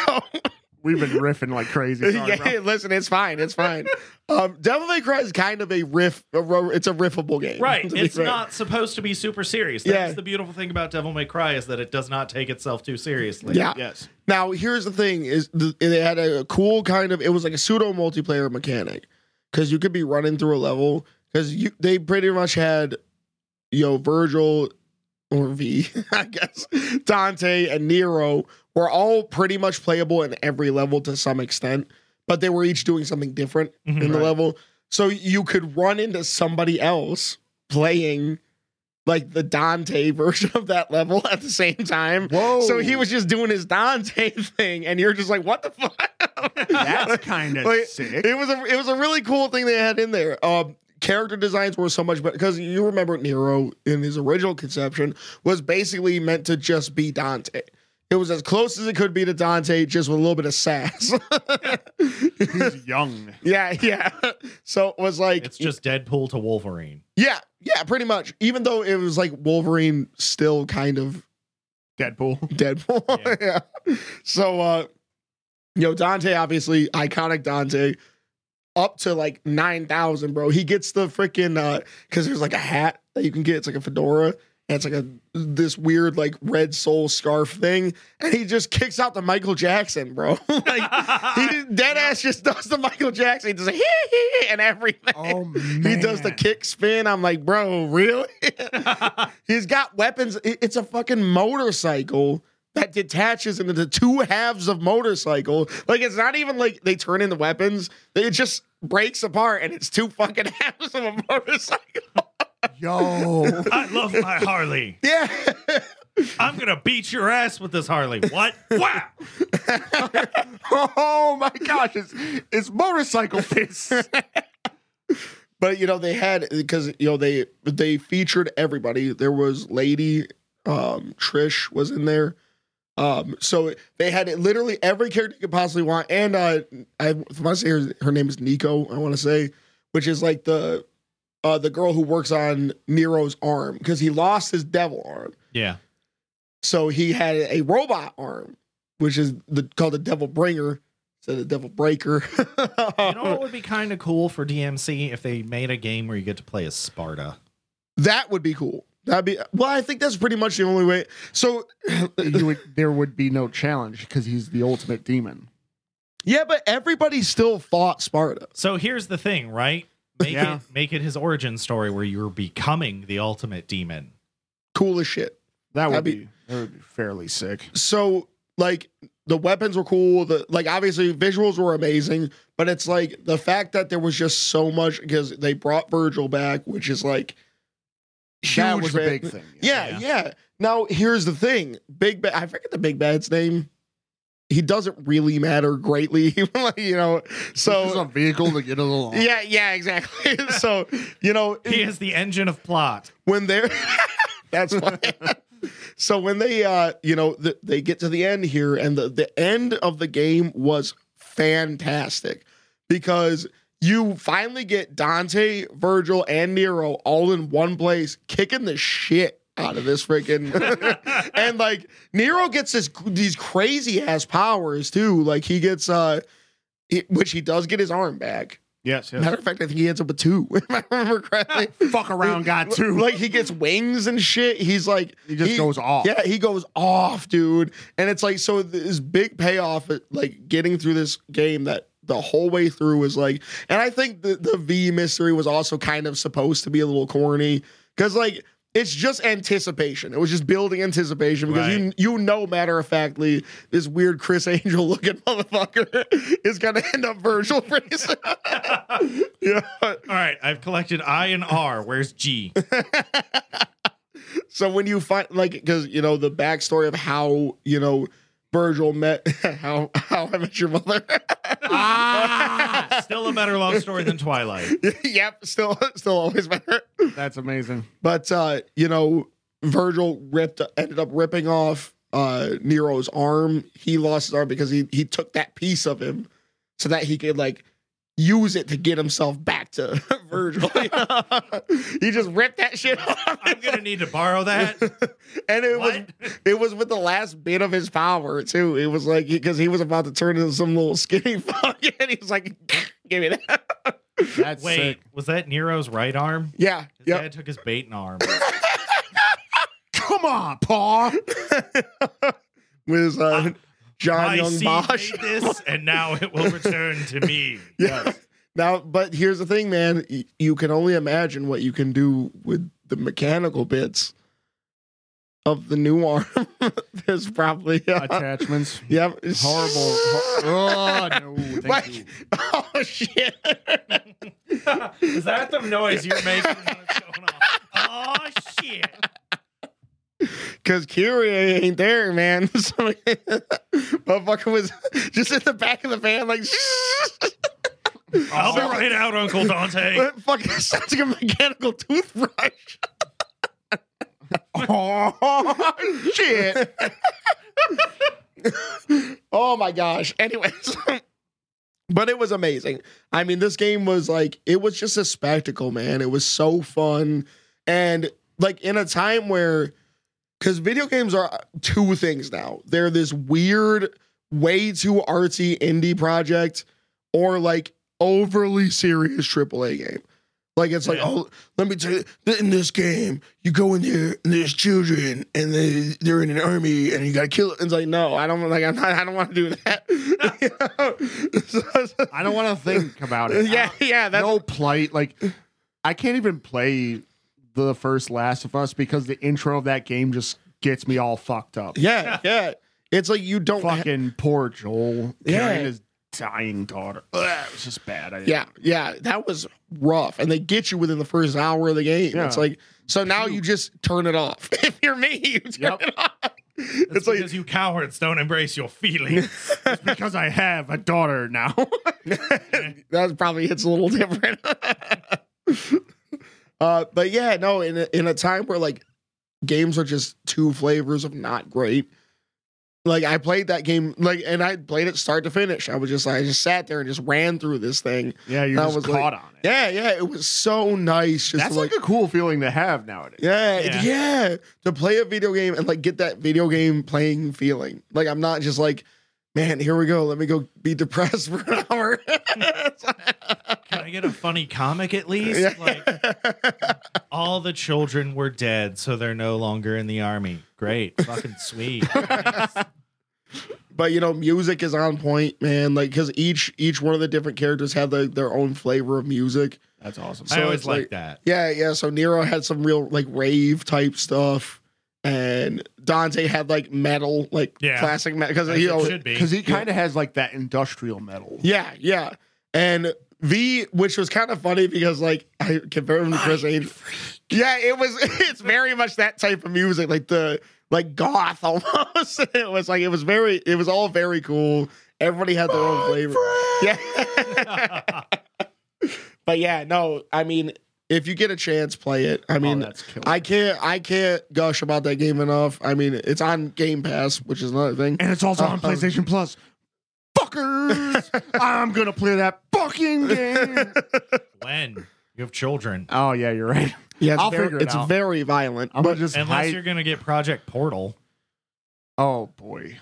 A: We've been riffing like crazy. Sorry,
C: yeah,
A: bro.
C: listen, it's fine. It's fine. um, Devil May Cry is kind of a riff. A, ro- it's a riffable game,
B: Right.
C: to be
B: It's
C: fair.
B: not supposed to be super serious. That's
C: Yeah.
B: the beautiful thing about Devil May Cry is that it does not take itself too seriously.
C: Yeah.
A: Yes.
C: Now, here's the thing: is th- they had a, a cool kind of it was like a pseudo multiplayer mechanic because you could be running through a level because you they pretty much had you know Virgil or V, I guess Dante and Nero were all pretty much playable in every level to some extent. but they were each doing something different
B: Mhm.
C: in the
A: Right.
C: level. So you could run into somebody else playing like the Dante version of that level at the same time.
A: Whoa.
C: So he was just doing his Dante thing, and you're just like, what the fuck?
A: That's kind of
C: Like,
A: sick.
C: it was a it was a really cool thing they had in there. Um, character designs were so much better because you remember Nero in his original conception was basically meant to just be Dante. It was as close as it could be to Dante, just with a little bit of sass.
A: He's young.
C: yeah, yeah. So it was like
B: It's just Deadpool to Wolverine.
C: yeah, yeah, pretty much. Even though it was like Wolverine still kind of
A: Deadpool.
C: Deadpool. yeah. So uh yo, Dante obviously iconic Dante up to like 9,000, bro. He gets the freaking uh cuz there's like a hat that you can get. It's like a fedora. And it's like a this weird like red soul scarf thing, and he just kicks out the Michael Jackson, bro. like he just- dead ass just does the Michael Jackson, he does a and everything.
A: Oh man.
C: He does the kick spin. I'm like, bro, really? He's got weapons. I- It's a fucking motorcycle that detaches into the two halves of motorcycle. Like it's not even like they turn into weapons. It just breaks apart and it's two fucking halves of a motorcycle.
A: Yo.
B: I love my Harley.
C: Yeah.
B: I'm gonna beat your ass with this Harley. What? Wow.
A: Oh my gosh. It's it's motorcycle fists.
C: But you know, they had because you know they they featured everybody. There was Lady, um, Trish was in there. Um, so they had it literally every character you could possibly want. And uh I want to say her, her name is Nico, I want to say, which is like the uh the girl who works on Nero's arm because he lost his devil arm.
B: Yeah.
C: So he had a robot arm, which is the called the devil bringer, so the devil breaker.
B: You know what would be kind of cool for DMC if they made a game where you get to play as Sparta.
C: That would be cool. That'd be well. I think that's pretty much the only way. So,
A: You would, there would be no challenge because he's the ultimate demon.
C: yeah, but everybody still fought Sparta.
B: So here's the thing, right? Make
A: Yeah.
B: it make it his origin story where you're becoming the ultimate demon.
C: Cool as shit.
A: That would
C: That'd
A: be,
C: be-
A: that would be fairly sick.
C: So, like, the weapons were cool. The like, obviously, visuals were amazing. But it's like the fact that there was just so much because they brought Virgil back, which is like
A: That
C: huge
A: was a
C: ba-
A: big thing.
C: Yeah, yeah, Now here's the thing. Big Bad I forget the Big Bad's name. He doesn't really matter greatly, like, you know.
A: So
C: So
A: this is a vehicle to get it along.
C: Yeah, yeah, exactly. so, you know,
B: He is the engine of plot.
C: when they're that's why. so when they uh you know th- they get to the end here and the, the end of the game was fantastic because you finally get Dante, Virgil, and Nero all in one place kicking the shit out of this freaking and like Nero gets this these crazy ass powers too. Like he gets uh he- which he does get his arm back.
A: Yes. yes.
C: Matter of fact, I think he ends up with two, if I remember correctly.
A: Fuck around, got two.
C: Like he gets wings and shit. He's like
A: he just goes off.
C: Yeah, he goes off, dude. And it's like so this big payoff, uh, like getting through this game that the whole way through is like. And I think the the V mystery was also kind of supposed to be a little corny because like. It's just anticipation. It was just building anticipation because you
B: Right.
C: you know matter of factly this weird Chris Angel looking motherfucker is gonna end up Virgil pretty soon. yeah.
B: All right, I've collected I and R. Where's G?
C: So when you find like because you know the backstory of how you know Virgil met how how I met your mother. Ah!
B: Still a better love story than Twilight.
C: yep, still still always better.
A: That's amazing.
C: But uh, you know, Virgil ripped ended up ripping off uh Nero's arm. He lost his arm because he he took that piece of him so that he could like use it to get himself back to Virgil. he just ripped that shit off.
B: I'm gonna need to borrow that.
C: And it was
B: What?
C: It was with the last bit of his power too. It was like because he was about to turn into some little skinny fuck, and he was like, "Give me that."
A: That's
B: Wait,
A: sick.
B: was that Nero's right arm?
C: Yeah,
B: His
C: yeah.
B: dad took his bait and arm.
A: Come on, Paul.
C: With uh,
B: I-
C: John
B: I
C: Young
B: see
C: Bosch.
B: made this, and now it will return to me.
C: Yeah. Now, but here's the thing, man. Y- You can only imagine what you can do with the mechanical bits. of the new arm. There's probably uh,
A: Attachments.
C: yep.
A: Horrible. Hor- oh, no. Thank you.
C: Like, oh shit!
B: Is that the noise you're making when it's going off? Oh shit!
C: Because Curie ain't there, man. so, motherfucker was just in the back of the van, like.
B: I'll be right out, Uncle Dante.
C: Fucking sounds like a mechanical toothbrush.
A: Oh,
C: shit. oh my gosh. Anyways. But it was amazing. I mean, this game was like, it was just a spectacle, man. It was so fun. And like in a time where, because video games are two things now they're this weird, way too artsy indie project or like overly serious AAA game. Like, it's like,
B: Yeah.
C: oh, let me tell you, th- in this game, you go in there and there's children and they, they're in an army and you gotta kill it. And it's like, no, I don't like, I'm not, I don't want to do that. You know? So- so-
A: I don't want to think about it.
C: yeah, yeah, that's
A: no plight. Like, I can't even play the first Last of Us because the intro of that game just gets me all fucked up.
C: yeah, yeah. It's like you don't. ha-
A: Fucking poor Joel
C: Yeah.
A: carrying his dying daughter. Ugh, it was just bad. I,
C: yeah, yeah. That was rough, and they get you within the first hour of the game.
A: Yeah.
C: It's like so now you just turn it off. if you're me, you turn
A: Yep.
C: it off.
B: It's,
C: It's like-
B: because you cowards don't embrace your feelings.
A: It's because I have a daughter now.
C: that probably hits a little different. uh, but yeah, no, in a, in a time where like games are just two flavors of not great. Like I played that game, like, and I played it start to finish. I was just, I just sat there and just ran through this thing.
A: yeah, you're
C: That
A: just
C: was like-
A: caught on it.
C: Yeah, yeah, it was so nice. Just
A: That's
C: to, like,
A: like a cool feeling to have nowadays.
C: Yeah,
B: Yeah.
C: yeah, To play a video game and like get that video game playing feeling. Like I'm not just like, man, here we go. Let me go be depressed for an hour.
B: Can I get a funny comic at least?
C: Yeah.
B: Like all the children were dead, so they're no longer in the army. Great, fucking sweet. Nice.
C: but you know, music is on point, man. Like because each each one of the different characters had like their own flavor of music.
A: That's awesome.
B: I always
C: it's like-
B: like that.
C: Yeah, yeah. So Nero had some real like rave type stuff, and Dante had like metal, like
B: Yeah.
C: classic metal. Because
B: As
C: you know,
B: it should be.
A: Because he kind of has like that industrial metal.
C: Yeah, yeah. And V, which was kind of funny because like I compared him to Chris Angel. Yeah, it was it's very much that type of music, like the like goth almost. It was like it was very it was all very cool. Everybody had their
A: Oh,
C: own flavor. Yeah. but yeah, no, I mean, if you get a chance, play it. I mean,
A: oh, that's killer.
C: I can't I can't gush about that game enough. I mean, it's on Game Pass, which is another thing.
A: and it's also on
C: Uh-huh.
A: PlayStation Plus. Fuckers! I'm gonna play that fucking game.
B: when you have children,
A: oh yeah, you're right.
C: Yeah, it's
A: I'll
C: very,
A: figure it
C: it's
A: out.
C: very violent.
A: I'm
C: but-
A: gonna just
B: unless
A: hide-
B: you're gonna get Project Portal.
A: Oh boy.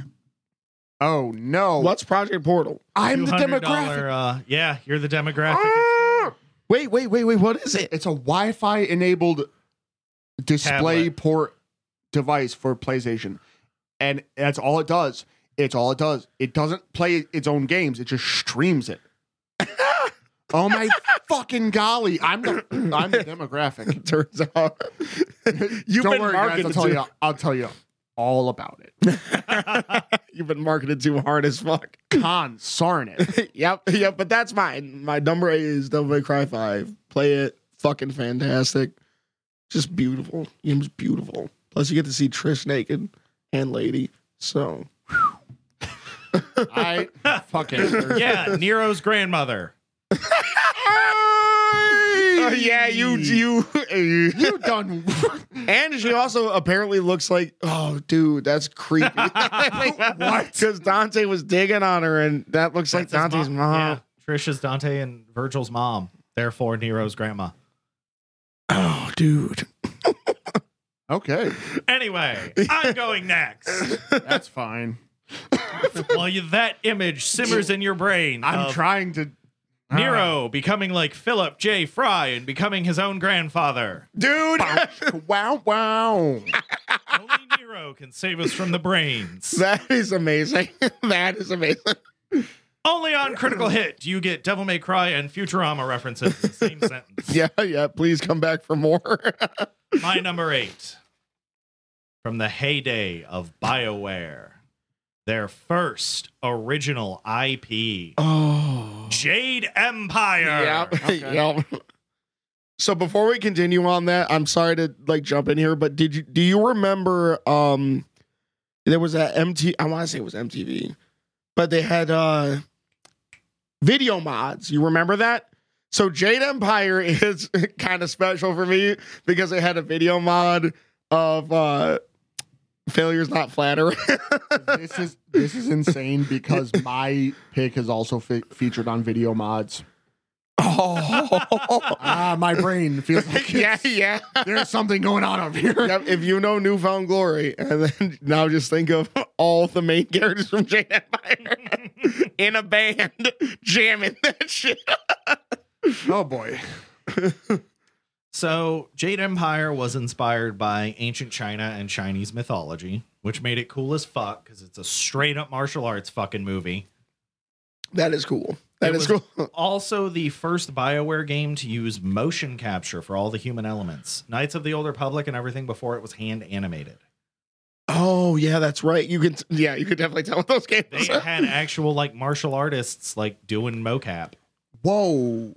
A: Oh no.
C: What's Project Portal?
A: I'm the
B: $200,
A: demographic.
B: Uh, yeah, you're the demographic.
A: Ah!
C: Wait, wait, wait, wait. What is it?
A: It's a Wi-Fi enabled display
B: Tablet.
A: port device for PlayStation. And that's all it does. It's all it does. It doesn't play its own games. It just streams it. oh my fucking golly. I'm the I'm the demographic.
C: Turns out you've
A: Don't
C: been
A: worry, guys.
C: marketed
A: I'll tell
C: to.
A: you. I'll tell you all about it.
C: You've been marketed too hard as fuck.
A: Con Sarnet.
C: yep, yep. But that's mine. My number eight is Devil May Cry Five. Play it. Fucking fantastic. Just beautiful. Game's beautiful. Plus, you get to see Trish naked and lady. So
A: I fucking
B: yeah, Nero's grandmother.
C: Uh, yeah, you you
A: you done.
C: and she also apparently looks like oh dude that's creepy.
A: What?
C: Because Dante was digging on her, and that looks like
B: That's his
C: Dante's mom.
B: Yeah, Trisha's Dante and Virgil's mom. Therefore, Nero's grandma.
C: Oh, dude.
A: Okay,
B: Anyway, I'm going next.
A: that's fine.
B: While you, that image simmers in your brain.
A: I'm
B: of
A: trying to.
B: Nero becoming like Philip J. Fry and becoming his own grandfather.
C: Dude.
A: Wow, wow.
B: Only Nero can save us from the brains.
C: that is amazing. that is amazing.
B: Only on Critical Hit do you get Devil May Cry and Futurama references in the same sentence.
C: Yeah, yeah. Please come back for more.
B: My number eight from the heyday of BioWare, their first original IP,
C: Oh.
B: Jade Empire.
C: Yep.
A: Okay.
C: Yep. So before we continue on that, I'm sorry to like jump in here, but did you do you remember um there was that MT I want to say it was MTV, but they had uh video mods. You remember that? So Jade Empire is kind of special for me because they had a video mod of uh Failure's Not Flatter.
A: this is this is insane because my pick is also fe- featured on video mods.
C: oh.
A: Ah, my brain feels like
C: yeah, yeah.
A: there's something going on over here.
C: Yep, if you know Newfound Glory, and then now just think of all the main characters from Jade Empire in a band jamming that shit.
A: Oh boy.
B: So, Jade Empire was inspired by ancient China and Chinese mythology, which made it cool as fuck because it's a straight up martial arts fucking movie.
C: That is cool. That
B: It
C: is
B: was-
C: cool.
B: Also, the first BioWare game to use motion capture for all the human elements Knights of the Old Republic and everything before it was hand animated.
C: Oh yeah, that's right. You can yeah, you could definitely tell with those games.
B: They had actual like martial artists like doing mocap.
A: Whoa.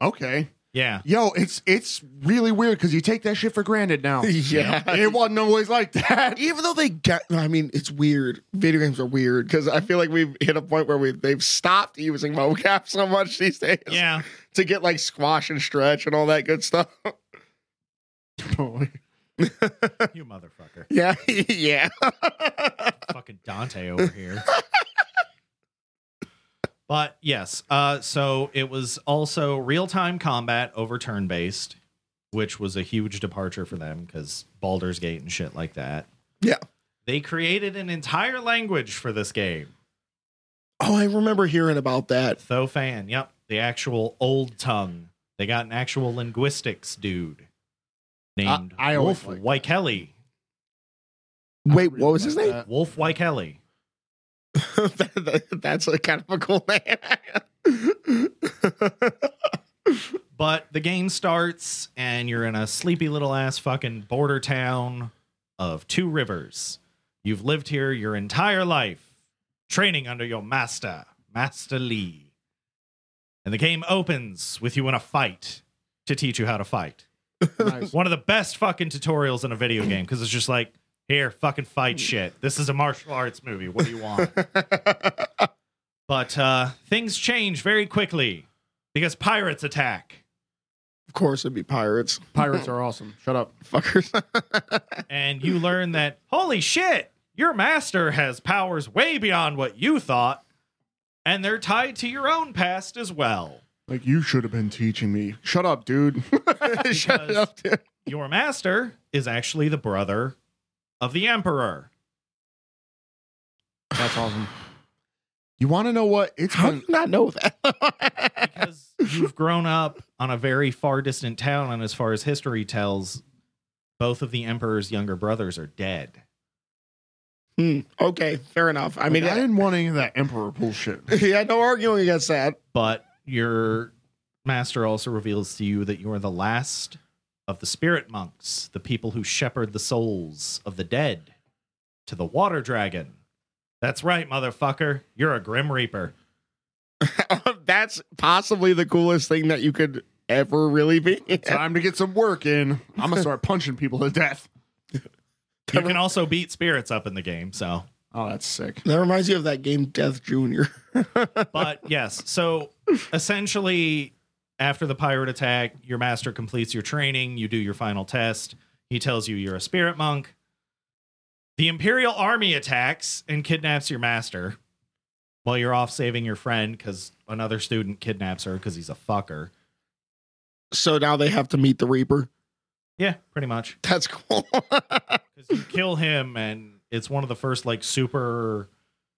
A: Okay.
B: Yeah.
A: Yo, it's it's really weird because you take that shit for granted now.
C: yeah.
A: It wasn't always like that.
C: Even though they got, I mean, it's weird. Video games are weird because I feel like we've hit a point where we they've stopped using mocap so much these days
B: Yeah.
C: to get like squash and stretch and all that good stuff.
B: you motherfucker.
C: Yeah, yeah.
B: fucking Dante over here. but yes, uh, so it was also real time combat over turn based, which was a huge departure for them because Baldur's Gate and shit like that.
C: Yeah.
B: They created an entire language for this game.
C: Oh, I remember hearing about that.
B: Thofan, yep. The actual old tongue. They got an actual linguistics dude named
A: I always
B: Wolf
A: liked
B: Wykelly.
C: Wait, what was his name?
A: That.
B: Wolf Wykelly.
C: That- that- That's a kind of a cool name.
B: But the game starts, and you're in a sleepy little ass fucking border town of two rivers. You've lived here your entire life, training under your master, Master Lee. And the game opens with you in a fight to teach you how to fight.
A: Uh, Nice.
B: One of the best fucking tutorials in a video game because it's just like, here, fucking fight shit. This is a martial arts movie. What do you want? but uh, things change very quickly because pirates attack.
C: of course, it'd be pirates,
A: Pirates are awesome. Shut up.
C: fuckers.
B: and you learn that holy shit, your master has powers way beyond what you thought, and they're tied to your own past as well.
A: Like you should have been teaching me. Shut up, dude.
C: Shut
B: Because-
C: up, dude.
B: Your master is actually the brother of the emperor.
A: That's awesome. You want to know what? It's
C: How do
A: been-
C: you not know that?
B: Because you've grown up on a very far distant town, and as far as history tells, both of the emperor's younger brothers are dead.
C: Hmm, okay, fair enough. I mean,
A: I
C: I,
A: didn't want any of that emperor bullshit.
C: yeah, no arguing against that.
B: But your master also reveals to you that you are the last of the spirit monks, the people who shepherd the souls of the dead to the water dragon. That's right, motherfucker. You're a grim reaper.
C: That's possibly the coolest thing that you could ever really be.
A: Time to get some work in. I'm gonna start punching people to death.
B: You can also beat spirits up in the game, so.
A: Oh, that's sick.
C: That reminds you of that game Death Junior.
B: But yes, so essentially after the pirate attack, your master completes your training, you do your final test. He tells you you're a spirit monk. The Imperial army attacks and kidnaps your master while you're off saving your friend because another student kidnaps her because he's a fucker.
C: so now they have to meet the Reaper.
B: Yeah, pretty much.
C: That's cool.
B: Because you kill him, and it's one of the first, like, super.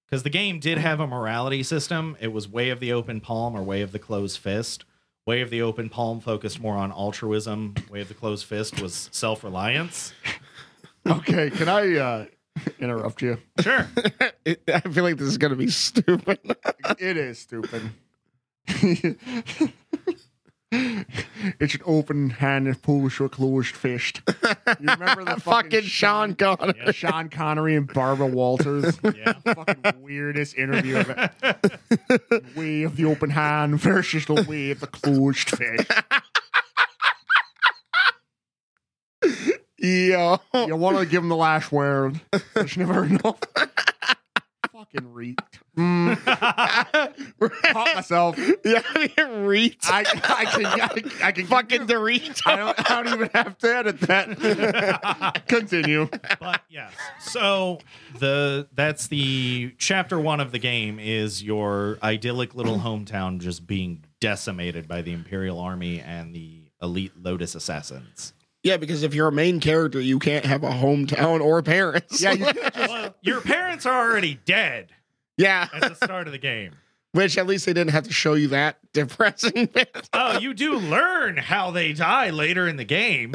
B: Because the game did have a morality system. It was Way of the Open Palm or Way of the Closed Fist. Way of the Open Palm focused more on altruism, Way of the Closed Fist was self reliance.
A: Okay, can I uh, interrupt you?
B: Sure.
C: It- I feel like this is gonna be stupid.
A: It is stupid. It's an open hand and push or closed fist. You remember the
C: fucking Sean Connery.
B: Yeah.
A: Sean Connery and Barbara Walters.
B: Yeah.
A: fucking weirdest interview of it. way of the open hand versus the way of the closed fist.
C: Yo.
A: You want to give him the last word. There's never enough. fucking reeked. Mm, caught myself.
C: yeah, Reet.
A: I, I can, I, I can
C: Fucking Dorito.
A: I don't, I don't even have to edit that. Continue.
B: but yes. So the that's the chapter one of the game is your idyllic little hometown just being decimated by the Imperial Army and the elite Lotus Assassins.
C: Yeah, because if you're a main character, you can't have a hometown or parents.
A: Yeah, you,
B: Well, your parents are already dead
C: yeah.
B: at the start of the game.
C: Which at least they didn't have to show you that depressing bit.
B: Oh, you do learn how they die later in the game.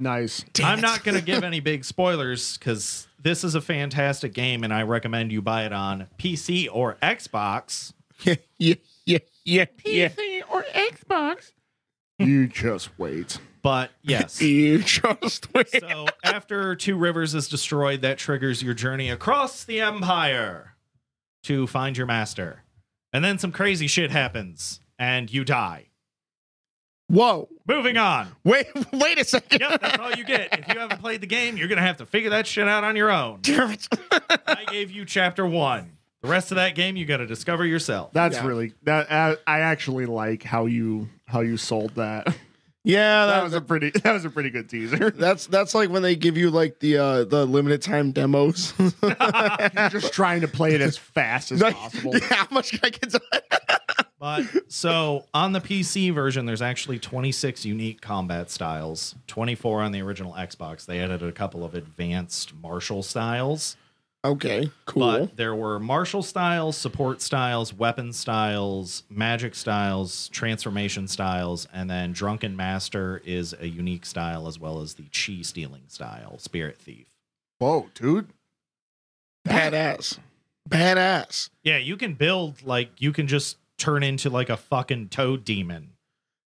A: nice.
B: I'm not going to give any big spoilers because this is a fantastic game and I recommend you buy it on PC or Xbox.
C: yeah, yeah, yeah, yeah, yeah.
A: or Xbox. You just wait.
B: But yes.
C: You just wait.
B: so after Two Rivers is destroyed, that triggers your journey across the empire to find your master. And then some crazy shit happens and you die.
C: Whoa.
B: Moving on.
C: Wait, wait a second.
B: Yep, that's all you get. If you haven't played the game, you're going to have to figure that shit out on your own.
C: Damn it.
B: I gave you chapter one. The rest of that game, you got to discover yourself.
A: That's
C: Yeah.
A: really that. I, I actually like how you how you sold
C: Uh,
A: that.
C: yeah,
A: That was a pretty. That was a pretty good teaser.
C: that's that's like when they give you like the uh the limited time demos.
A: You're just trying to play it as fast as
C: Like,
A: possible.
C: yeah, how much can I get to
B: But so on the PC version, there's actually 26 unique combat styles, 24 on the original Xbox. They added a couple of advanced martial styles,
C: Okay, cool.
B: but there were martial styles, support styles, weapon styles, magic styles, transformation styles, and then Drunken Master is a unique style as well as the chi stealing style, Spirit Thief.
A: Whoa, dude!
C: Badass. Badass.
B: Yeah, you can build like you can just turn into like a fucking toad demon.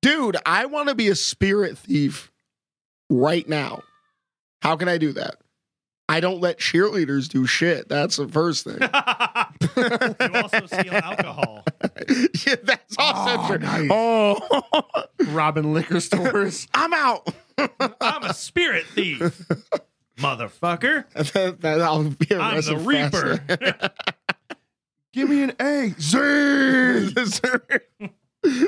C: Dude, I want to be a spirit thief right now. How can I do that? I don't let cheerleaders do shit. That's the first thing.
B: you also steal alcohol.
C: yeah, that's also
A: Oh,
C: true.
A: nice.
C: Oh,
A: Robbing liquor stores.
C: I'm out.
B: I'm a spirit thief, motherfucker.
C: That- that- I'll be
B: I'm the
C: arrested
B: reaper.
C: faster.
A: Give me an A. Z.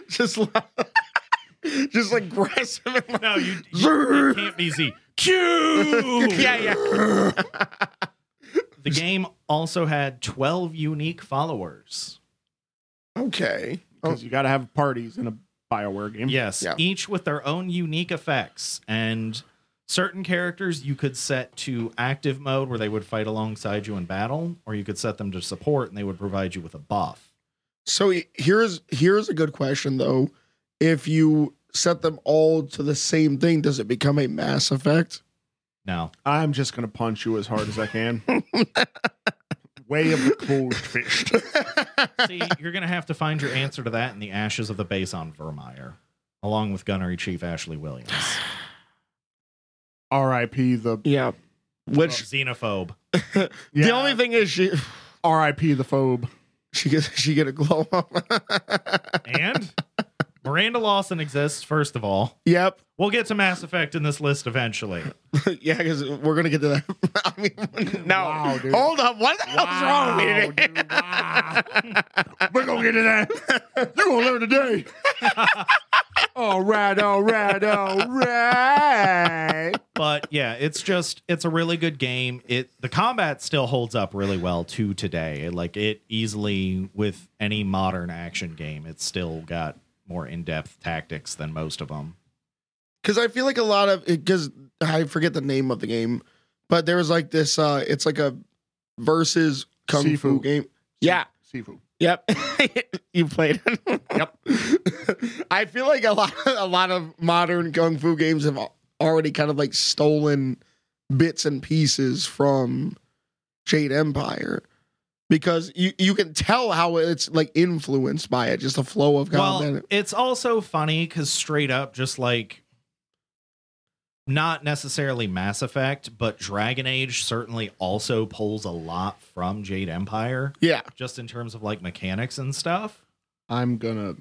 C: just like, just aggressive. and like-
B: no, you, you it can't be Z. Q.
C: yeah, yeah.
B: The game also had 12 unique followers.
C: Okay.
A: Because you got to have parties in a Bioware game.
B: Yes,
C: Oh. Yeah.
B: each with their own unique effects and certain characters you could set to active mode where they would fight alongside you in battle or you could set them to support and they would provide you with a buff.
C: So here's here's a good question though. If you set them all to the same thing, does it become a Mass Effect?
B: Now,
A: I'm just gonna punch you as hard as I can. Way of the closed fist.
B: See, you're going to have to find your answer to that in the ashes of the base on Vermeer, along with Gunnery Chief Ashley Williams.
A: R.I.P. The
C: Yeah.
B: Well,
C: Which
B: xenophobe.
A: Yeah.
C: the only thing is she
A: R.I.P. the phobe.
C: she gets she get a glow up.
B: And Miranda Lawson exists, first of all.
C: yep.
B: We'll get to Mass Effect in this list eventually.
C: yeah, because we're gonna get to that. I mean, no.
A: Wow, dude.
C: Hold up. What the hell's
A: Wow,
C: wrong with me?
A: dude, wow. We're gonna get to that. You're gonna learn today. all right, all right, all right.
B: But yeah, it's just it's a really good game. It the combat still holds up really well to today. Like it easily with any modern action game, it's still got more in-depth tactics than most of them.
C: because I feel like a lot of because I forget the name of the game, but there was like this. uh It's like a versus kung fu
A: Sifu.
C: game. Yeah.
A: Seafood.
C: Yep. you played. it.
A: Yep.
C: I feel like a lot, a lot of modern kung fu games have al- already kind of like stolen bits and pieces from Jade Empire. because you you can tell how it's like influenced by it, just the flow of
B: Well,
C: content.
B: it's also funny because straight up, just like not necessarily Mass Effect, but Dragon Age certainly also pulls a lot from Jade Empire,
C: yeah,
B: just in terms of like mechanics and stuff.
A: I'm gonna.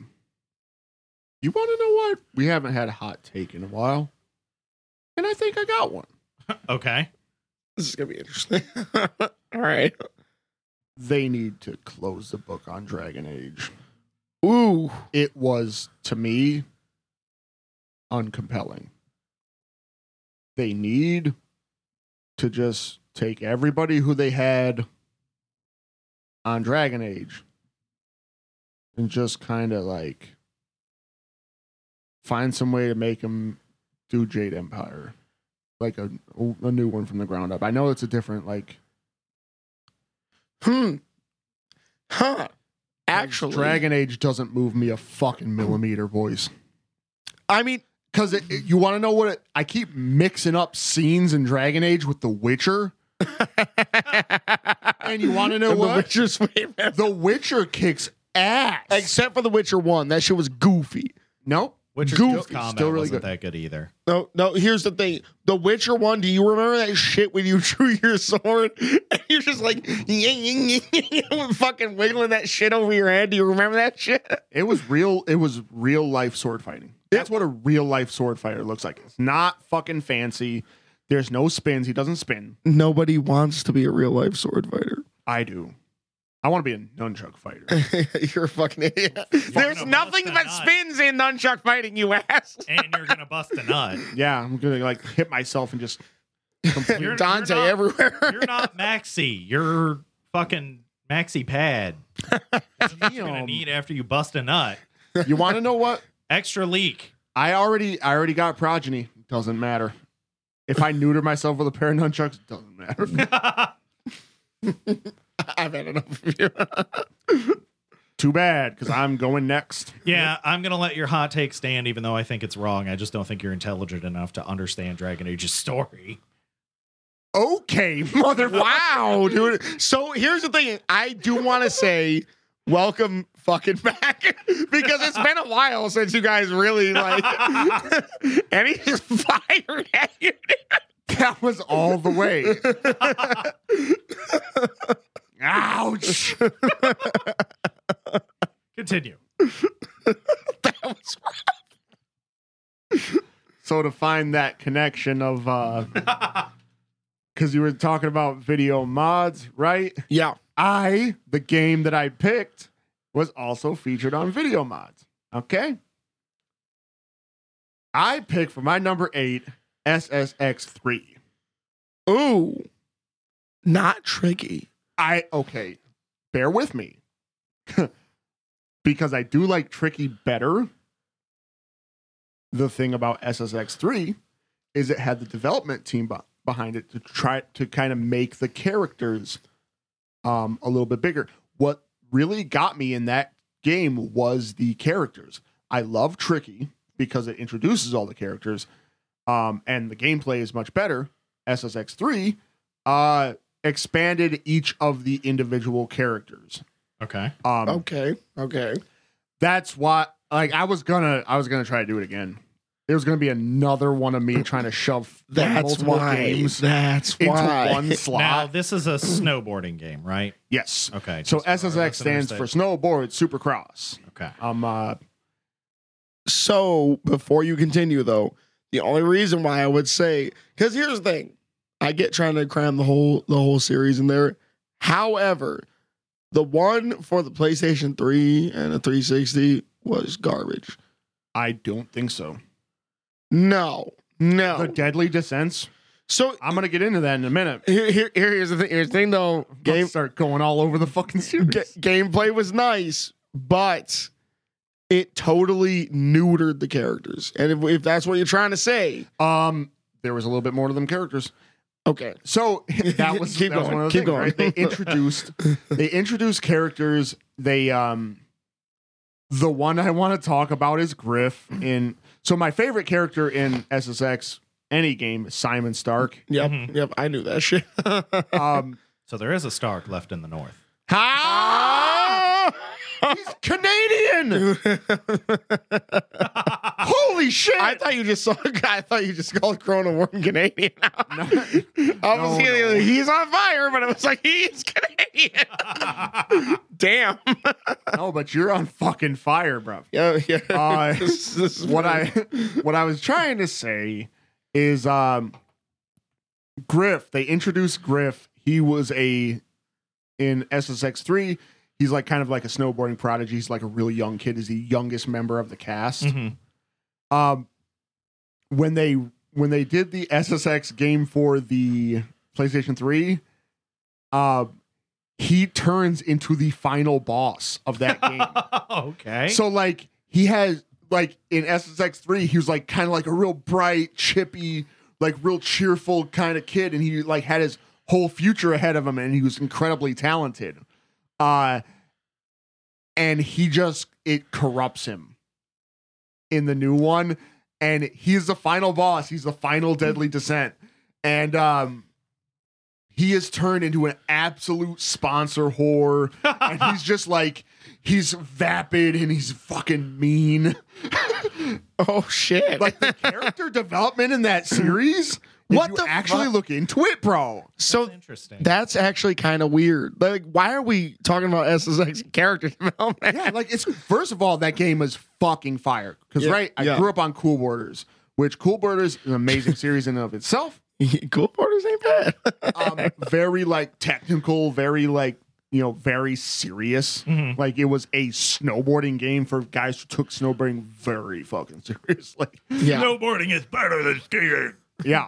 A: You want to know what? We haven't had a hot take in a while, and I think I got one.
B: Okay.
C: this is gonna be interesting. All right.
A: They need to close the book on Dragon Age.
C: Ooh.
A: It was to me uncompelling. They need to just take everybody who they had on Dragon Age and just kind of like find some way to make them do Jade Empire, like a a new one from the ground up. I know it's a different like
C: Hmm. Huh. Actually,
A: Dragon Age doesn't move me a fucking millimeter, boys.
C: I mean,
A: Because it, it- you want to know what it, I keep mixing up scenes in Dragon Age with The Witcher, and you want to know
C: The
A: what
C: Witcher's way better.
A: The Witcher kicks ass.
C: Except for The Witcher One, that shit was goofy.
A: nope,
B: Which is
A: Goofy,
B: combat
A: still really
B: wasn't
A: good.
B: that good either.
C: No, no. Here's the thing: The Witcher One. Do you remember that shit when you drew your sword and you're just like, fucking wiggling that shit over your head? Do you remember that shit?
A: it was real. It was real life sword fighting. That's what a real life sword fighter looks like. It's not fucking fancy. There's no spins. He doesn't spin.
C: Nobody wants to be a real life sword fighter.
A: I do. I want to be a nunchuck fighter.
C: You're a fucking idiot. There's
B: gonna
C: nothing
B: bust a
C: but
B: nut.
C: spins in nunchuck fighting, you ass.
B: And you're gonna bust a nut.
A: yeah, I'm gonna like hit myself and just.
B: You're- you're
C: Dante
B: not-
C: everywhere.
B: You're not Maxi. You're fucking Maxi Pad. That's what you're gonna
A: Damn.
B: need after you bust a nut.
A: You want to know what?
B: Extra leak.
A: I already I already got progeny. Doesn't matter. If I neuter myself with a pair of nunchucks, doesn't matter.
C: I've had enough of you.
A: Too bad, because I'm going next.
B: Yeah, I'm gonna let your hot take stand, even though I think it's wrong. I just don't think you're intelligent enough to understand Dragon Age's story.
A: Okay, mother.
C: wow, dude. So here's the thing. I do want to say welcome fucking back because it's been a while since you guys really like and he just fired at you.
A: That was all the way. Ouch.
B: Continue.
C: That was
A: So to find that connection of uh because you were talking about video mods, right?
C: Yeah.
A: I, the game that I picked, was also featured on video mods. Okay. I picked for my number eight SSX3.
C: Ooh. Not tricky.
A: I okay, bear with me. because I do like tricky better. The thing about SSX3 is it had the development team be- behind it to try to kind of make the characters um a little bit bigger. What really got me in that game was the characters. I love tricky because it introduces all the characters um and the gameplay is much better. SSX3 uh expanded each of the individual characters.
B: Okay.
A: Um,
C: Okay. Okay.
A: That's why, like, I was gonna, I was gonna try to do it again. There was gonna be another one of me trying to shove
C: That's
A: multiple
C: why.
A: games
C: That's
A: into
C: why.
A: one slot.
B: Now this is a snowboarding game, right?
A: yes.
B: Okay.
A: So
B: just for our
A: SSX stands for
B: listeners'
A: snowboard supercross.
B: sake. Okay.
A: Um, uh,
C: So before you continue, though, the only reason why I would say because here's the thing, I get trying to cram the whole the whole series in there. However, the one for the PlayStation 3 and the 360 was garbage.
A: I don't think so.
C: No, no.
A: The deadly descents.
C: so
A: I'm gonna get into that in a minute.
C: here, here, here's the thing. Here's the thing, though.
A: Game
C: Game
A: start going all over the fucking series.
C: ga- gameplay was nice, but it totally neutered the characters. And if, if that's what you're trying to say,
A: Um, there was a little bit more to them characters.
C: okay,
A: So that was,
C: Keep
A: that was
C: going,
A: one of the
C: keep
A: things, right? They
C: going.
A: introduced they introduced characters. They um the one I want to talk about is Griff in so my favorite character in SSX any game is Simon Stark.
C: Yep,
A: Mm-hmm.
B: Mhm.
C: yep, I knew that shit.
A: Um
B: So there is a Stark left in the north.
A: ha He's Canadian. Holy shit!
C: I thought you just saw a guy. I thought you just called Corona Worm Canadian. I was
A: No,
C: hearing,
A: no.
C: he's on fire, but it was like he's Canadian. Damn.
A: no, but you're on fucking fire, bro.
C: Yeah, yeah.
A: Uh,
C: this, this is
A: what I what I was trying to say is um Griff, they introduced Griff. He was a in SSX3, he's like kind of like a snowboarding prodigy. He's like a really young kid. He's the youngest member of the cast.
B: Mhm.
A: Um when they when they did the SSX game for the PlayStation 3, uh he turns into the final boss of that game.
B: okay.
A: So like he has like in SSX three, he was like kind of like a real bright, chippy, like real cheerful kind of kid, and he like had his whole future ahead of him, and he was incredibly talented. Uh and he just it corrupts him in the new one, and he's the final boss. He's the final Deadly Descent, and um. He is turned into an absolute sponsor whore, and he's just like he's vapid and he's fucking mean.
C: oh shit!
A: Like the character development in that series.
C: What
A: What
C: the
A: you actually
C: fuck?
A: look into it, bro?
C: so
B: interesting.
C: that's actually kind of weird. Like, why are we talking about SSX character development?
A: Yeah, like it's first of all, that game is fucking fire. Because
C: Yeah,
A: right, I
C: yeah.
A: grew up on Cool Borders, which Cool Borders is an amazing series in and of itself.
C: cool borders ain't bad.
A: Um, very like technical, very like you know, very serious.
B: Mhm.
A: Like it was a snowboarding game for guys who took snowboarding very fucking seriously.
C: yeah.
B: Snowboarding is better than skiing.
A: Yeah.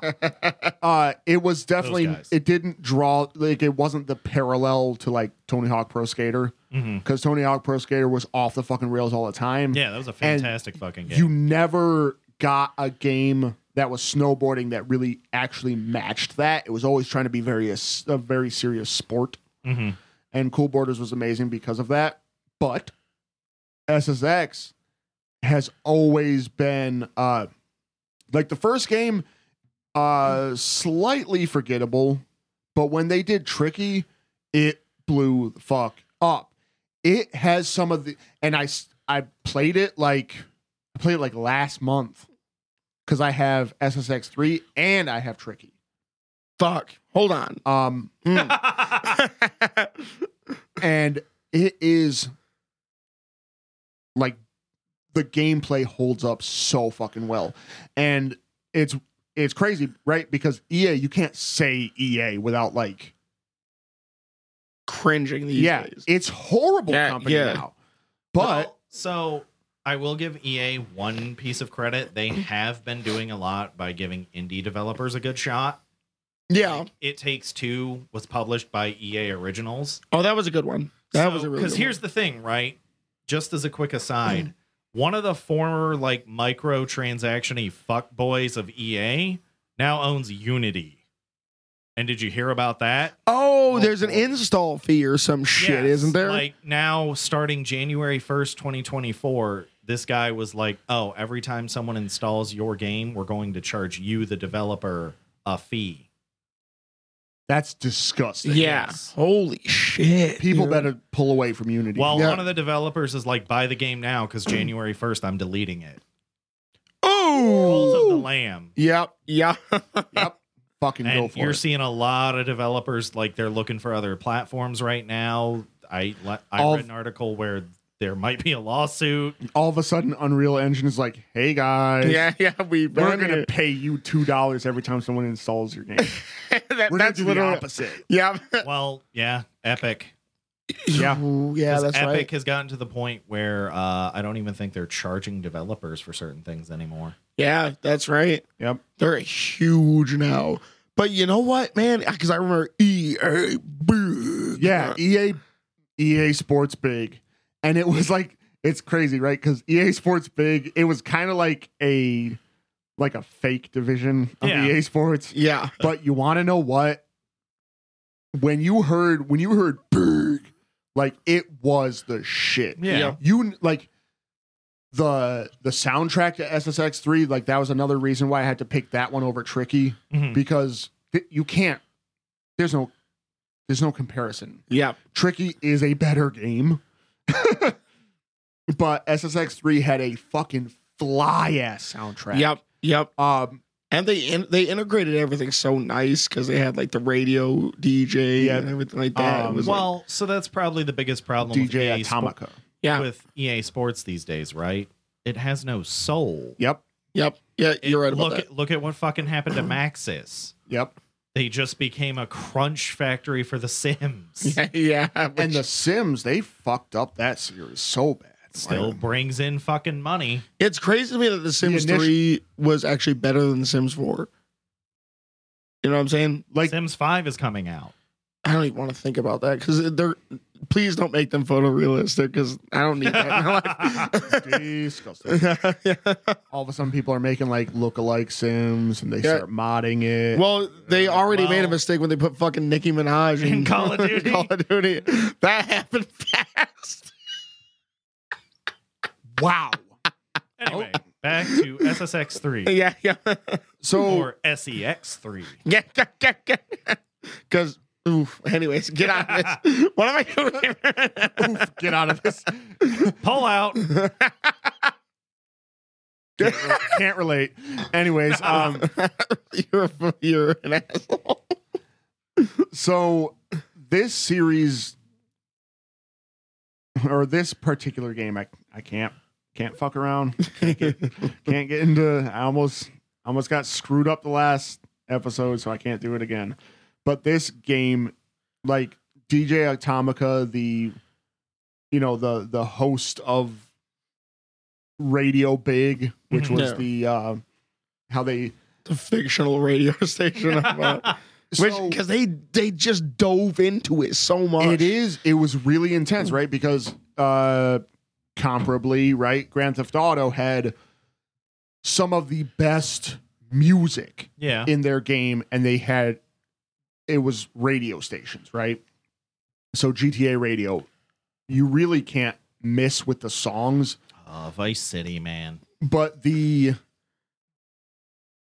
A: uh it was definitely
B: guys.
A: it didn't draw like it wasn't the parallel to like Tony Hawk Pro Skater
B: Mhm.
A: cuz Tony Hawk Pro Skater was off the fucking rails all the time.
B: Yeah, that was a
A: And
B: fantastic fucking game.
A: You never got a game that was snowboarding that really actually matched that. It was always trying to be very a, a very serious sport
B: Mhm.
A: and Cool Borders was amazing because of that. But SSX has always been uh like the first game uh slightly forgettable, but when they did Tricky, it blew the fuck up. It has some of the and I s- I played it like I played it like last month cuz I have SSX3 and I have Tricky.
C: Fuck. Hold on.
A: Um
B: Hmm.
C: Mm.
A: and it is like the gameplay holds up so fucking well and it's it's crazy right because ea you can't say ea without like
C: Cringing these
A: yeah
C: days.
A: it's horrible
C: Yeah,
A: company
C: yeah.
A: now but
B: Well, so I will give EA one piece of credit. They have been doing a lot by giving indie developers a good shot.
C: Yeah.
B: Like, it Takes Two was published by EA Originals.
C: Oh, that was a good one. That was a really
B: because
C: good Mm.
B: here's the thing, right? Just as a quick aside, one of the former like microtransactiony fuckboys of EA now owns Unity. And did you hear about that?
C: one. Oh, there's an install fee or some shit,
B: Yes,
C: isn't there?
B: Like now, starting January 1st, 2024, this guy was like, oh, every time someone installs your game, we're going to charge you, the developer, a fee.
A: that's disgusting
C: yeah.
B: yes.
C: Holy shit.
A: people
C: dude.
A: better pull away from unity
B: Well,
C: Yeah.
B: one of the developers is like, buy the game now because January 1st, I'm deleting it. Cult of the
C: Oh.
B: Lamb.
C: Yep. Yeah.
A: fucking go
B: And
A: for
B: you're
A: it
B: seeing a lot of developers like they're looking for other platforms right now. I le- I
A: All-
B: read an article where there might be a lawsuit.
A: all of a sudden unreal engine is like hey guys
C: yeah. Yeah. We.
A: we're
C: ran
A: gonna
C: it.
A: pay you two dollars every time someone installs your game
C: that,
A: we're gonna
C: that's
A: do the
C: literally.
A: opposite
C: Yeah.
B: Well, yeah, Epic.
A: Yeah.
C: Ooh, yeah.
B: 'Cause
C: That's
B: Epic
C: right.
B: has gotten to the point where uh, I don't even think they're charging developers for certain things anymore.
C: Yeah. That's right.
A: Yep.
C: They're huge now. But you know what, man? Because I remember E EA. big.
A: Yeah, E EA EA Sports Big. And it was like it's crazy, right? Cuz EA Sports Big, it was kind of like a like a fake division of
B: Yeah.
A: EA Sports.
C: Yeah.
A: But you want to know what when you heard when you heard Big, like it was the shit.
C: Yeah.
A: You like the the soundtrack to SSX3, like that was another reason why I had to pick that one over Tricky
B: Mhm.
A: because th- you can't there's no there's no comparison
C: Yeah.
A: Tricky is a better game. but SSX three had a fucking fly ass soundtrack.
C: Yep. Yep.
A: Um.
C: And they in, they integrated everything so nice because they had like the radio DJ
A: Yeah.
C: and everything like that.
A: Um,
C: it was like-
B: well, so that's probably the biggest problem with
A: DJ
B: EA, Spor-
A: Atomica.
C: yeah.
B: with EA Sports these days, right? It has no soul.
A: Yep.
C: yep. Yeah.
B: It-
C: You're right about
B: look
C: that.
B: at look at what fucking happened to Maxis.
A: Yep.
B: They just became a crunch factory for the Sims.
C: yeah. Yeah.
A: And
C: which-
A: the Sims, they fucked up that series so bad.
B: Still brings in fucking money.
C: It's crazy to me that The Sims
A: initial-
C: 3 was actually better than The Sims 4. You know what I'm saying?
A: Like,
B: Sims 5 is coming out.
C: I don't even want to think about that because they're. Please don't make them photorealistic because I don't need that in my
A: disgusting.
C: life. Yeah.
A: All of a sudden, people are making like look-alike Sims, and they
C: Yeah.
A: start modding it.
C: Well, they already made a
B: Well-
C: mistake when they put fucking Nicki Minaj
B: In Call of Duty.
C: Call of Duty. That happened fast.
A: wow.
B: Anyway, Oh. back to SSX 3
C: yeah, yeah,
A: So
B: or E SEX 3.
C: yeah, Because, oof. Anyways, get out of this. What am I doing?
A: oof, get out of this.
B: Pull out.
A: Can't relate. Anyways, um,
C: you're you're an asshole.
A: so this series or this particular game, I I can't can't fuck around. can't get into I almost I almost got screwed up the last episode, so I can't do it again. But this game, like DJ Atomica, the you know, the the host of Radio Big, which was
C: Yeah.
A: the uh how they
C: the fictional radio station, about, which
A: So-
C: because they they just dove into it so much.
A: It is. It was really intense, right? Because uh comparably, right? Grand Theft Auto had some of the best music
B: Yeah.
A: in their game and they had it was radio stations, right? So GTA radio, you really can't miss with the songs,
B: Oh, Vice City, man.
A: but the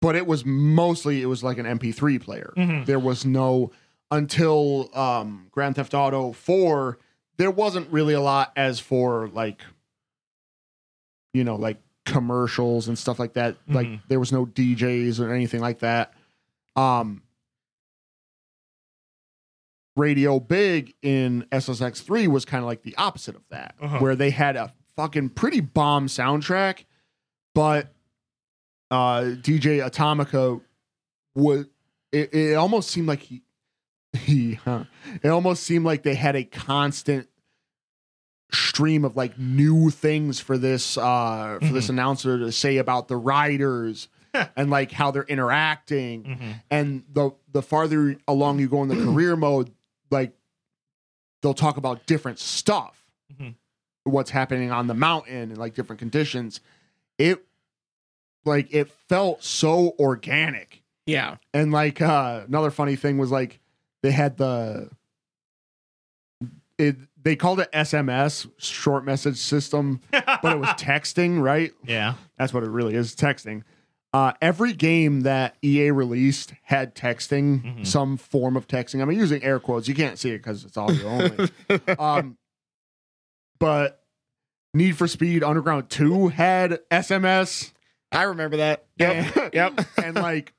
A: but it was mostly it was like an MP3 player
B: Mhm.
A: there was no until um grand theft auto 4 there wasn't really a lot as for like you know like commercials and stuff like that like
B: Mhm.
A: there was no djs or anything like that um radio big in ssx3 was kind of like the opposite of that
B: Uh-huh.
A: where they had a fucking pretty bomb soundtrack but uh dj atomica was it, it almost seemed like he he huh, it almost seemed like they had a constant stream of like new things for this uh for this announcer to say about the riders and like how they're interacting
B: Mhm.
A: and the the farther along you go in the career mode like they'll talk about different stuff
B: Mhm.
A: what's happening on the mountain and like different conditions it like it felt so organic
C: yeah,
A: and like uh another funny thing was like they had the it they called it SMS short message system, but it was texting, right?
B: Yeah.
A: That's what it really is, texting. Uh every game that EA released had texting,
B: Mhm.
A: some form of texting. I mean using air quotes, you can't see it cuz it's audio only. um but Need for Speed Underground 2 had SMS.
C: I remember that. Yep,
A: And-
C: yep.
A: and like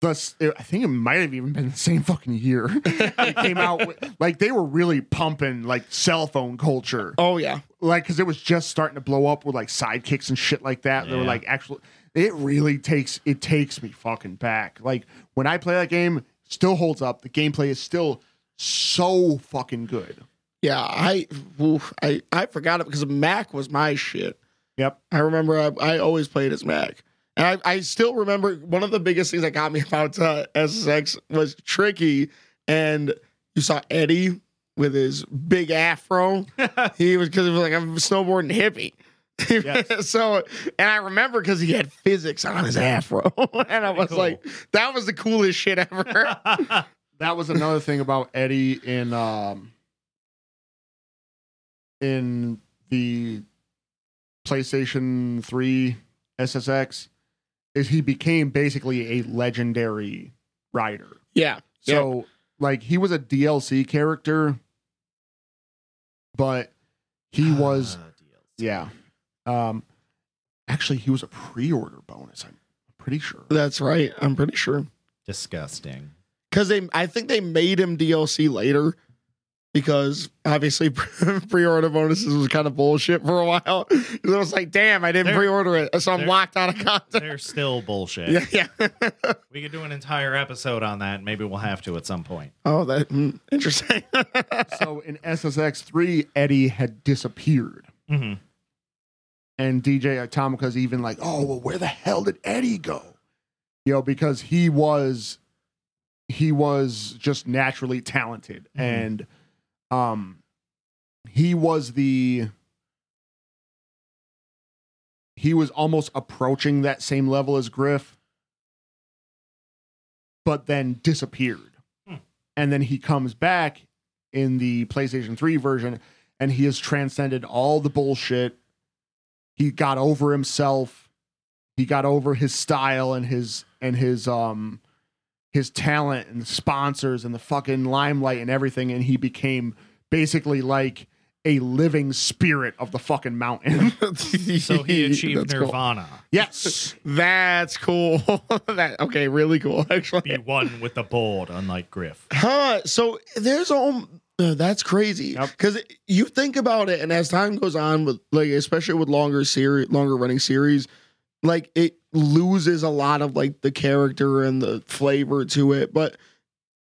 A: the s- I think it might have even been the same fucking year it came out. With, like they were really pumping like cell phone culture,
C: Oh yeah,
A: like because it was just starting to blow up with like sidekicks and shit like that. They were
B: Yeah.
A: like actually, it really takes it takes me fucking back. Like when I play that game, still holds up. The gameplay is still so fucking good.
C: yeah. I oof, I I forgot it because Mac was my shit.
A: Yep.
C: I remember I, I always played as Mac. And I, I still remember one of the biggest things that got me about uh, SSX was Tricky. And you saw Eddie with his big afro. he was because he was like, I'm a snowboarding hippie.
A: Yes.
C: so, and I remember because he had physics on his afro. and I was
B: cool.
C: like, that was the coolest shit ever.
A: That was another thing about Eddie in um in the PlayStation 3 SSX is he became basically a legendary rider.
C: yeah.
A: So like he was a DLC character but He was
B: Ah, DLC.
A: yeah. Um, actually, he was a pre-order bonus. I'm pretty sure.
C: That's right. I'm pretty sure
B: disgusting.
C: because they. I think they made him DLC later because obviously pre-order bonuses was kind of bullshit for a while. it was like, damn, I didn't
B: They're-
C: pre-order it, so I'm
B: they're-
C: locked out of content.
B: They're still bullshit.
C: Yeah, yeah.
B: We could do an entire episode on that. and Maybe we'll have to at some point.
C: oh, that mm, interesting.
A: so in SSX three, Eddie had disappeared,
B: Mhm.
A: and DJ Atomica's even like, "Oh well, where the hell did Eddie go?" You know, because he was he was just naturally talented,
B: Mhm.
A: and um, he was the he was almost approaching that same level as Griff, but then disappeared.
B: Hmm.
A: And then he comes back in the PlayStation 3 version and he has transcended all the bullshit. He got over himself. He got over his style and his and his um his talent and sponsors and the fucking limelight and everything and he became basically like a living spirit of the fucking mountain.
B: So he achieved
C: That's cool.
B: nirvana.
A: yes.
C: That's cool. that okay, really cool
B: Be
C: actually.
B: one with the board, unlike Griff.
C: Huh? So there's all uh, that's crazy
A: Yep.
C: because you think about it, and as time goes on, with like especially with longer series, longer running series, like it loses a lot of like the character and the flavor to it, but.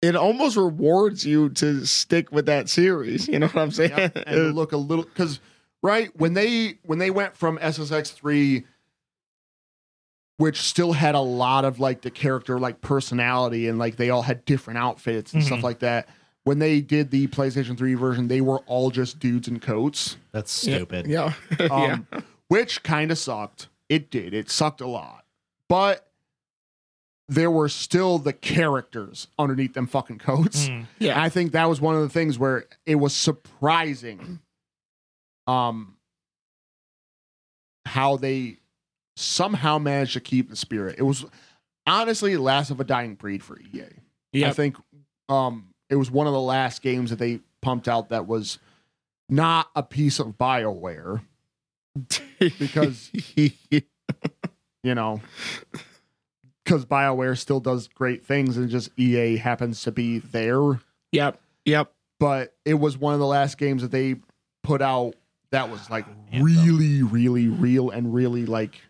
C: It almost rewards you to stick with that series. You know what I'm saying?
A: Yep, and to look a little because right when they when they went from SSX three, which still had a lot of like the character like personality and like they all had different outfits and
B: Mhm.
A: stuff like that. When they did the PlayStation three version, they were all just dudes in coats,
B: That's stupid.
C: yeah. yeah.
A: um, which kind of sucked. It did. It sucked a lot, but there were still the characters underneath them fucking coats.
B: Mm.
A: And I think that was one of the things where it was surprising um how they somehow managed to keep the spirit. It was honestly the last of a dying breed for EA. I
C: Yep.
A: think um it was one of the last games that they pumped out that was not a piece of BioWare because you know because BioWare still does great things and just EA happens to be there
C: yep. Yep.
A: but it was one of the last games that they put out that was like
B: Anthem.
A: really, really real and really like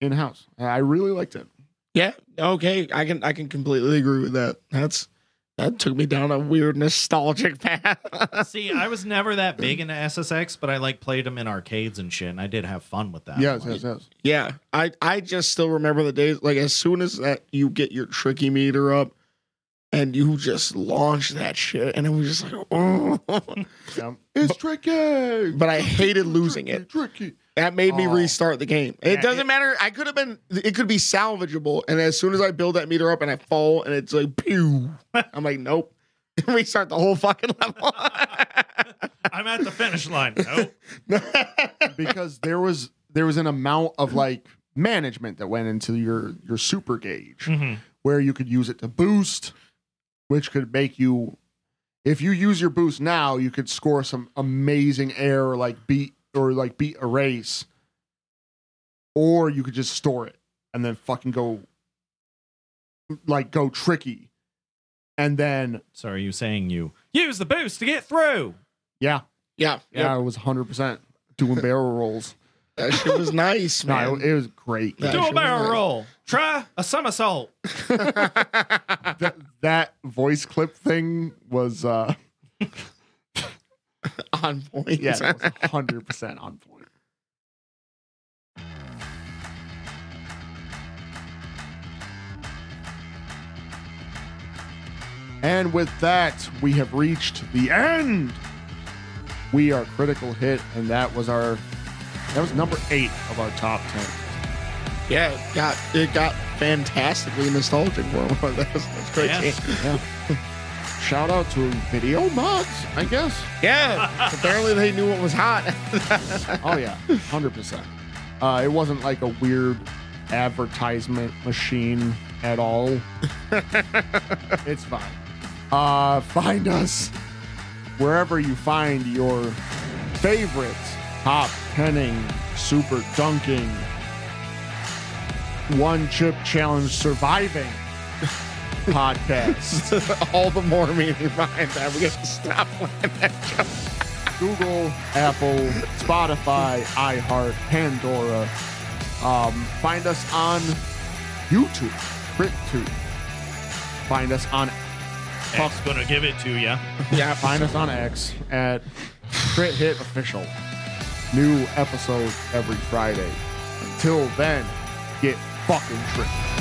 A: in house. I really liked it.
C: Yeah. Okay. I can I can completely agree with that. That's that took me down a weird nostalgic path.
B: See, I was never that big into SSX, but I like played them in arcades and shit, and I did have fun with that.
A: yes,
B: Like,
A: yes, yes.
C: yeah. I I just still remember the days like as soon as that you get your tricky meter up and you just launch that shit and it was just like oh
A: Yeah. It's tricky.
C: but I hated losing
A: Tricky,
C: it.
A: Tricky.
C: That made me
A: Oh.
C: restart the game. It
A: Yeah,
C: doesn't
A: it-
C: matter. I could have been it could be salvageable and as soon as I build that meter up and I fall and it's like pew I'm like nope. restart the whole fucking level.
B: I'm at the finish line. No,
A: because there was there was an amount of like management that went into your your super gauge
B: Mhm.
A: where you could use it to boost, which could make you if you use your boost now, you could score some amazing air or like beat or like beat a race. Or you could just store it and then fucking go like go tricky. And then
B: so are you saying you use the boost to get through?
A: yeah,
C: Yeah,
A: yeah, I was 100% doing barrel rolls.
C: That shit was nice, man.
A: No, it, it was great.
C: Yeah,
B: Do
C: sure
B: a
C: was
B: barrel
C: nice.
B: roll. Try a somersault.
A: that, that voice clip thing was uh
C: On point.
A: yeah that was 100% on point and with that we have reached the end we are critical hit and that was our that was number eight of our top 10
C: yeah, it got it got fantastically nostalgic for me. That's, that's crazy. Yeah,
A: shout out to video mods i guess
C: apparently they knew what was hot.
A: Oh yeah, hundred percent. Uh, it wasn't like a weird advertisement machine at all. it's fine. Uh, find us wherever you find your favorite hop penning, super dunking, one chip challenge surviving podcast.
C: All the more meaning behind that. We gotta stop playing that joke.
A: Google, Apple, Spotify, iHeart, Pandora. Um, find us on YouTube, BrickTube. Find us on
B: Fuck's gonna give it to you.
A: yeah, find us on X at Crit Hit Official. New episode every Friday. Until then, get fucking tricked.